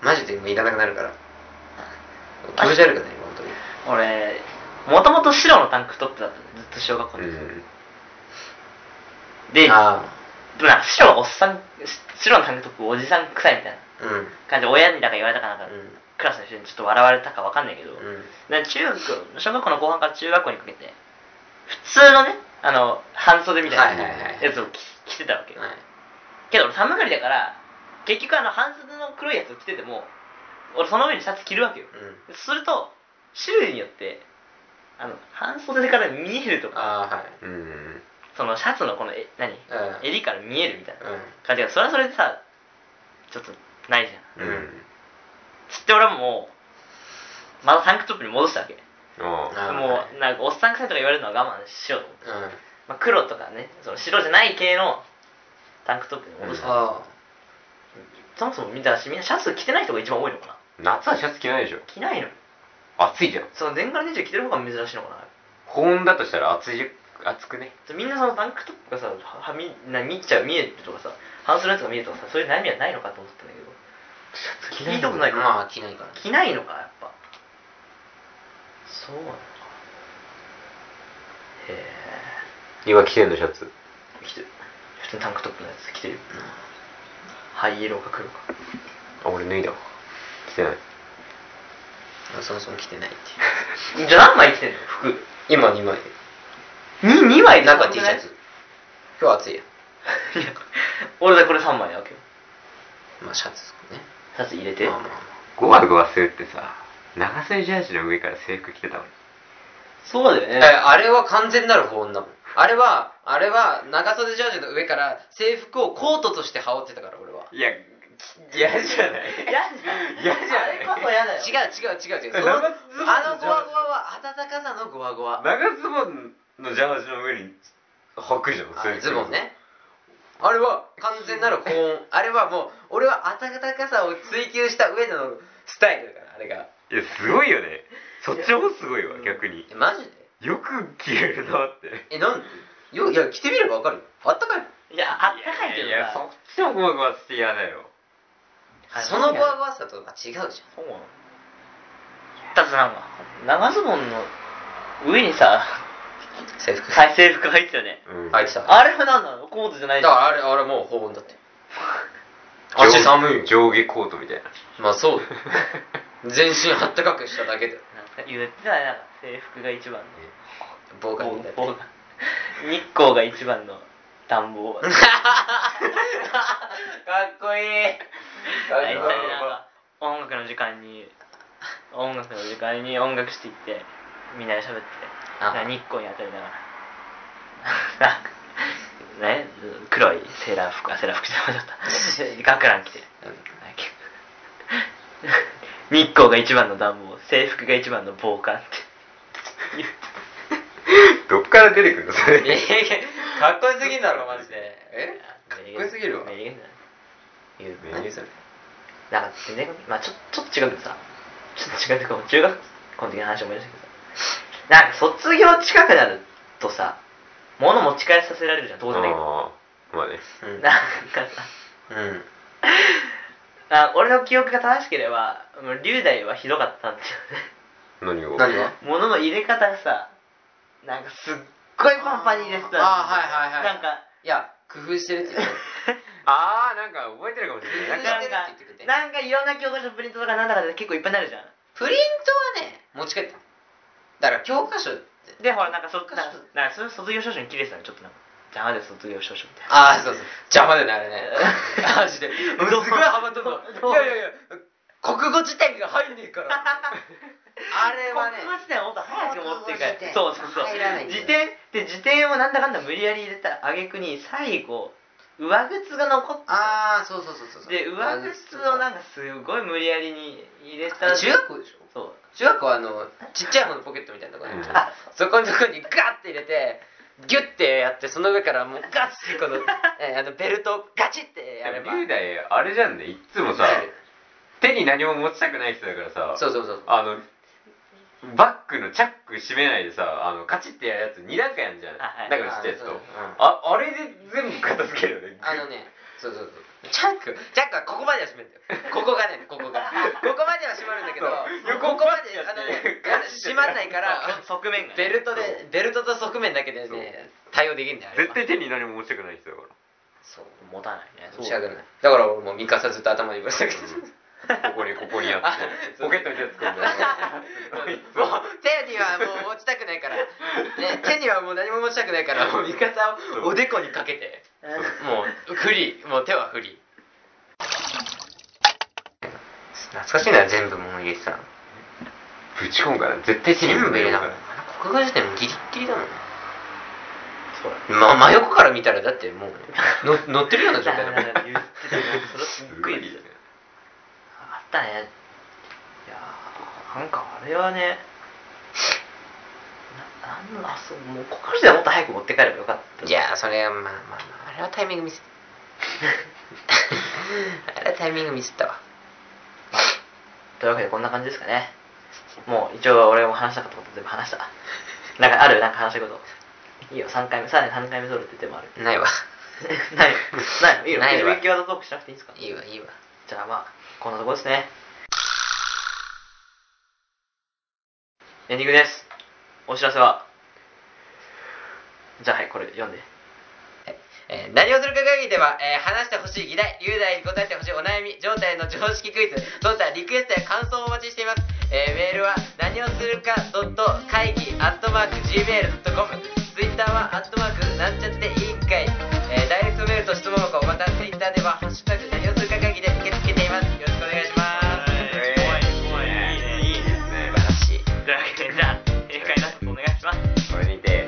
Speaker 3: マジでもういらなくなるから気持ち悪くなるよ本当に
Speaker 2: 俺もともと白のタンクトップだったのずっと小学校
Speaker 4: う
Speaker 2: の時、
Speaker 4: ん。
Speaker 2: ででも
Speaker 3: あ
Speaker 2: なんか白はおっさんし白のタンクトップおじさん臭いみたいな
Speaker 3: あうん
Speaker 2: 感じで親にだか言われたかなんか、
Speaker 3: う
Speaker 2: クラスの人にちょっと笑われたかわかんないけど、
Speaker 3: んうん
Speaker 2: で中学小学校の後半から中学校にかけて普通のねあの半袖みたいな
Speaker 3: はいはいはい
Speaker 2: やつを着着てたわけよ、
Speaker 3: はい
Speaker 2: けど俺寒がりだから結局あの半袖の黒いやつを着てても俺その上にシャツ着るわけよ
Speaker 3: うん
Speaker 2: すると種類によってあの半袖から見えるとか
Speaker 3: ああはい
Speaker 4: うん。
Speaker 2: そのシャツのこのえ何
Speaker 3: うん
Speaker 2: 襟から見えるみたいな
Speaker 3: うん
Speaker 2: 感じがそれはそれでさちょっとないじゃん
Speaker 4: うん。
Speaker 2: つって俺はもうまたタンクトップに戻したわけ
Speaker 4: あ
Speaker 3: あ
Speaker 4: あ。
Speaker 3: ー
Speaker 2: もうなんかおっさん臭いとか言われるのは我慢しようと思って、
Speaker 3: うん
Speaker 2: まあ、黒とかねその白じゃない系のタンクトップに戻した、
Speaker 3: あ
Speaker 2: そもそもみんなみんなシャツ着てない人が一番多いのかな
Speaker 4: 夏はシャツ着ないでしょ。
Speaker 2: 着ないの
Speaker 4: 暑いじゃん。
Speaker 2: その年がら年中着てる方が珍しいのかな
Speaker 4: 保温だとしたら暑い、暑くね。
Speaker 2: みんなそのタンクトップがさははみな見ちゃう見えるとかさ半袖のやつが見えるとかさそういう悩みはないのかと思ったんだけど
Speaker 3: あ
Speaker 2: 聞いたことないから、
Speaker 3: まあ着ないから
Speaker 2: 着ないのかやっぱそうなのかへえ
Speaker 4: 今着てんの、シャツ。
Speaker 2: 着てる普通にタンクトップのやつ着てるよ灰色か黒か
Speaker 4: あ、俺脱いだわ。着てない。
Speaker 3: そもそも着てないっていう
Speaker 2: じゃあ何枚着てんの服
Speaker 3: 今2枚
Speaker 2: に2枚
Speaker 3: 中 T シャツ今日暑いや
Speaker 2: いや 俺だこれ3枚なわけよ
Speaker 3: まあシャツね
Speaker 2: シャツ入れて
Speaker 3: まあまあ
Speaker 4: ゴワゴワするってさ、長袖ジャージの上から制服着てたのに。
Speaker 2: そうだよ
Speaker 3: え
Speaker 2: ね。
Speaker 3: あれは完全なる保温だもん。あれは、あれは長袖ジャージの上から制服をコートとして羽織ってたから俺は。
Speaker 4: いや、嫌じゃない
Speaker 2: 嫌じゃん。
Speaker 4: 嫌じゃない
Speaker 2: あれこそ嫌だよ。
Speaker 3: 違う違う違う違う。その
Speaker 4: 長ズボン
Speaker 3: あのゴワゴワは暖かさのゴワゴワ。
Speaker 4: 長ズボンのジャージの上に履くじゃん
Speaker 3: あ
Speaker 4: 制服
Speaker 3: ズボンね。あれは完全なる保 温。あれはもう、俺は暖かさを追求した上でのスタイルだから、あれが。
Speaker 4: いやすごいよねそっちもすごいわ逆に
Speaker 3: え、マジで
Speaker 4: よく着れるなって
Speaker 3: え、なんでよいや、着てみればわかるよ。あったかいもん。
Speaker 2: いや、あったかいけど
Speaker 4: いやそっ
Speaker 2: さ。
Speaker 4: ちもゴワゴワして嫌だよ
Speaker 3: そのゴワゴワさとは違うじゃん。
Speaker 2: そうなのだってなんか、長ズボンの上にさ、
Speaker 3: 制服。
Speaker 2: はい制服入ってたよね。
Speaker 4: うん
Speaker 3: はい、来た。
Speaker 2: あれは何なのコートじゃない
Speaker 3: だ
Speaker 2: じ
Speaker 3: から
Speaker 2: ゃん。
Speaker 3: あれ、あれもう保温だって。
Speaker 4: 上
Speaker 3: 足寒いよ。
Speaker 4: 上下コートみたいな
Speaker 3: まあそうだよ。 全身あったかくしただけで。
Speaker 2: なんか言ってたね、なんか制服が一番ね。
Speaker 3: 防寒みたい
Speaker 2: 棒
Speaker 3: な。
Speaker 2: が日光が一番の暖房。大
Speaker 3: っこいい。
Speaker 2: 体なん
Speaker 3: か
Speaker 2: か、音楽の時間に、音楽の時間に音楽していって、みんなで喋って、
Speaker 3: あ
Speaker 2: なんか日光に当たりながら。 なんかね、黒いセーラー服、あ、セーラー服じゃなかった。 学ラン着て。
Speaker 3: っこいい。
Speaker 2: 日光が一番の暖房制服が一番の防寒って
Speaker 4: どっから出てくるのそれ
Speaker 3: えーかっこよすぎんだろマジでえかっこよすぎるわ
Speaker 2: 名言だね言う
Speaker 4: 名言
Speaker 3: 何それ
Speaker 2: なんか全然まあちょちょっと違うけどさちょっと違うけど中学校の時の話思い出したけどさなんか卒業近くなるとさ物持ち帰させられるじゃん当然だけど
Speaker 4: あーまあね
Speaker 3: うん
Speaker 2: なんかさ
Speaker 3: うん
Speaker 2: あ俺の記憶が正しければもう龍大はひどかったんですよ
Speaker 4: 何
Speaker 2: ね
Speaker 4: を
Speaker 3: 何が
Speaker 2: 物の入れ方がさなんかすっごいパンパンに入れてたんですよ
Speaker 3: あーはいはいはい
Speaker 2: なんか
Speaker 3: いや工夫してるって 言って
Speaker 4: ああなんか覚えてるかもしれ
Speaker 3: な
Speaker 4: ない
Speaker 3: ん
Speaker 4: ん
Speaker 3: か
Speaker 4: か
Speaker 2: なんかいろんな教科書プリントとかなんだかで結構いっぱいになるじゃん
Speaker 3: プリントはね持ち帰っただから教科書って
Speaker 2: でほらなんかそなんかなんかその卒業証書に切れてたのちょっとなんか邪魔で卒業証書みたいな
Speaker 3: ああそうそう邪魔だよねあれね マジで
Speaker 2: うどん
Speaker 3: すごいハマったぞ
Speaker 2: どう
Speaker 3: いやいやいや国語辞典が入んねえからあれはね
Speaker 2: 国語辞典をもっと早く持っていかない
Speaker 3: 国語辞典
Speaker 2: そうそうそう
Speaker 3: 入らないんだよ
Speaker 2: 辞典で辞典をなんだかんだ無理やり入れた挙句に最後上靴が残ってた
Speaker 3: ああそうそうそうそうそう
Speaker 2: で上靴をなんかすごい無理やりに入れた
Speaker 3: 中学校でしょ
Speaker 2: そう
Speaker 3: 中学校はあのちっちゃい方のポケットみたいなとこね、
Speaker 4: うん
Speaker 3: あそこのとこにガッて入れてギュッてやってその上からもうガッてこの,えー、あのベルトをガチってやれば
Speaker 4: 龍大あれじゃんねいっつもさ手に何も持ちたくない人だからさ
Speaker 3: そうそうそうそう
Speaker 4: あのバッグのチャック閉めないでさあのカチッてやるやつ2段階やんじゃん、
Speaker 2: はい
Speaker 4: だからちっちゃいやつ
Speaker 3: あそう
Speaker 4: と
Speaker 3: うん
Speaker 4: ああれで全部片付けるよね
Speaker 3: あのねそうそうそうチャックチャックはここまでは閉めるんだよここがねここがここまでは閉まるんだけど
Speaker 4: そう
Speaker 3: ここまで
Speaker 4: 横
Speaker 3: あ
Speaker 4: パ
Speaker 3: の
Speaker 4: ッてやって
Speaker 3: ね閉まんないから
Speaker 2: 側面がね
Speaker 3: ベルトでベルトと側面だけで
Speaker 4: そう
Speaker 3: ね対応できんだよあれ
Speaker 4: 絶
Speaker 3: は
Speaker 4: 対手に何も持ちたくない人だか
Speaker 3: そう
Speaker 2: 持たないね
Speaker 3: 持ち上げないだから俺もう見かさずっと頭にぶら下げてる
Speaker 4: らここにここにや
Speaker 3: あ
Speaker 4: って
Speaker 3: そう
Speaker 4: ポケットに手突っ込んで
Speaker 3: もう手にはもう持ちたくないから、ね、手にはもう何も持ちたくないからもう味方をおでこにかけてもうフリーもう手はフリー懐かしいな全部もう入れてたの
Speaker 4: ぶち込むから絶対手に
Speaker 3: 全部入れなか
Speaker 4: か
Speaker 3: らった国語辞典もギリッギリだもんね
Speaker 2: そう
Speaker 3: ま、
Speaker 2: だ
Speaker 3: 真横から見たらだってもうの乗ってるような状態だもん
Speaker 2: だ から言ってたよそれすっごい言ってたよあったねいやーなんかあれはねななんのあそうもうここでもっと早く持って帰ればよかった
Speaker 3: いやーそれはまあまあまああれはタイミングミスあれはタイミングミスったわ
Speaker 2: というわけでこんな感じですかねもう一応俺も話したかったこと全部話した なんかあるなんか話したいこといいよ3回目さらに3回目撮るって手もある
Speaker 3: ないわ
Speaker 2: ないないいいよ
Speaker 3: ないわ
Speaker 2: 響き技トークしなくていいんですか
Speaker 3: いいわいいわ
Speaker 2: じゃあまあこんなとこですねエンディングですお知らせはじゃあはいこれ読んで
Speaker 3: えー何をするか会議では、えー話してほしい議題、雄大に答えてほしいお悩み、状態の常識クイズ、その他リクエストや感想をお待ちしています。えーメールは、何をするか会議 .gmail.com、Twitter は、アットマークなんちゃって委員会、えーダイレクトメールと質問箱、また Twitter では、ハッシュタグ何をするか会議で受け付けています。よろしくお願いします。
Speaker 4: えーいいですね
Speaker 3: 素晴らしい。
Speaker 2: というわけでじゃあ正解だお願いします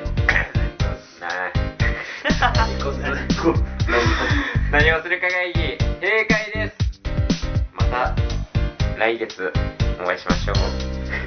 Speaker 4: 来月お会いしましょう。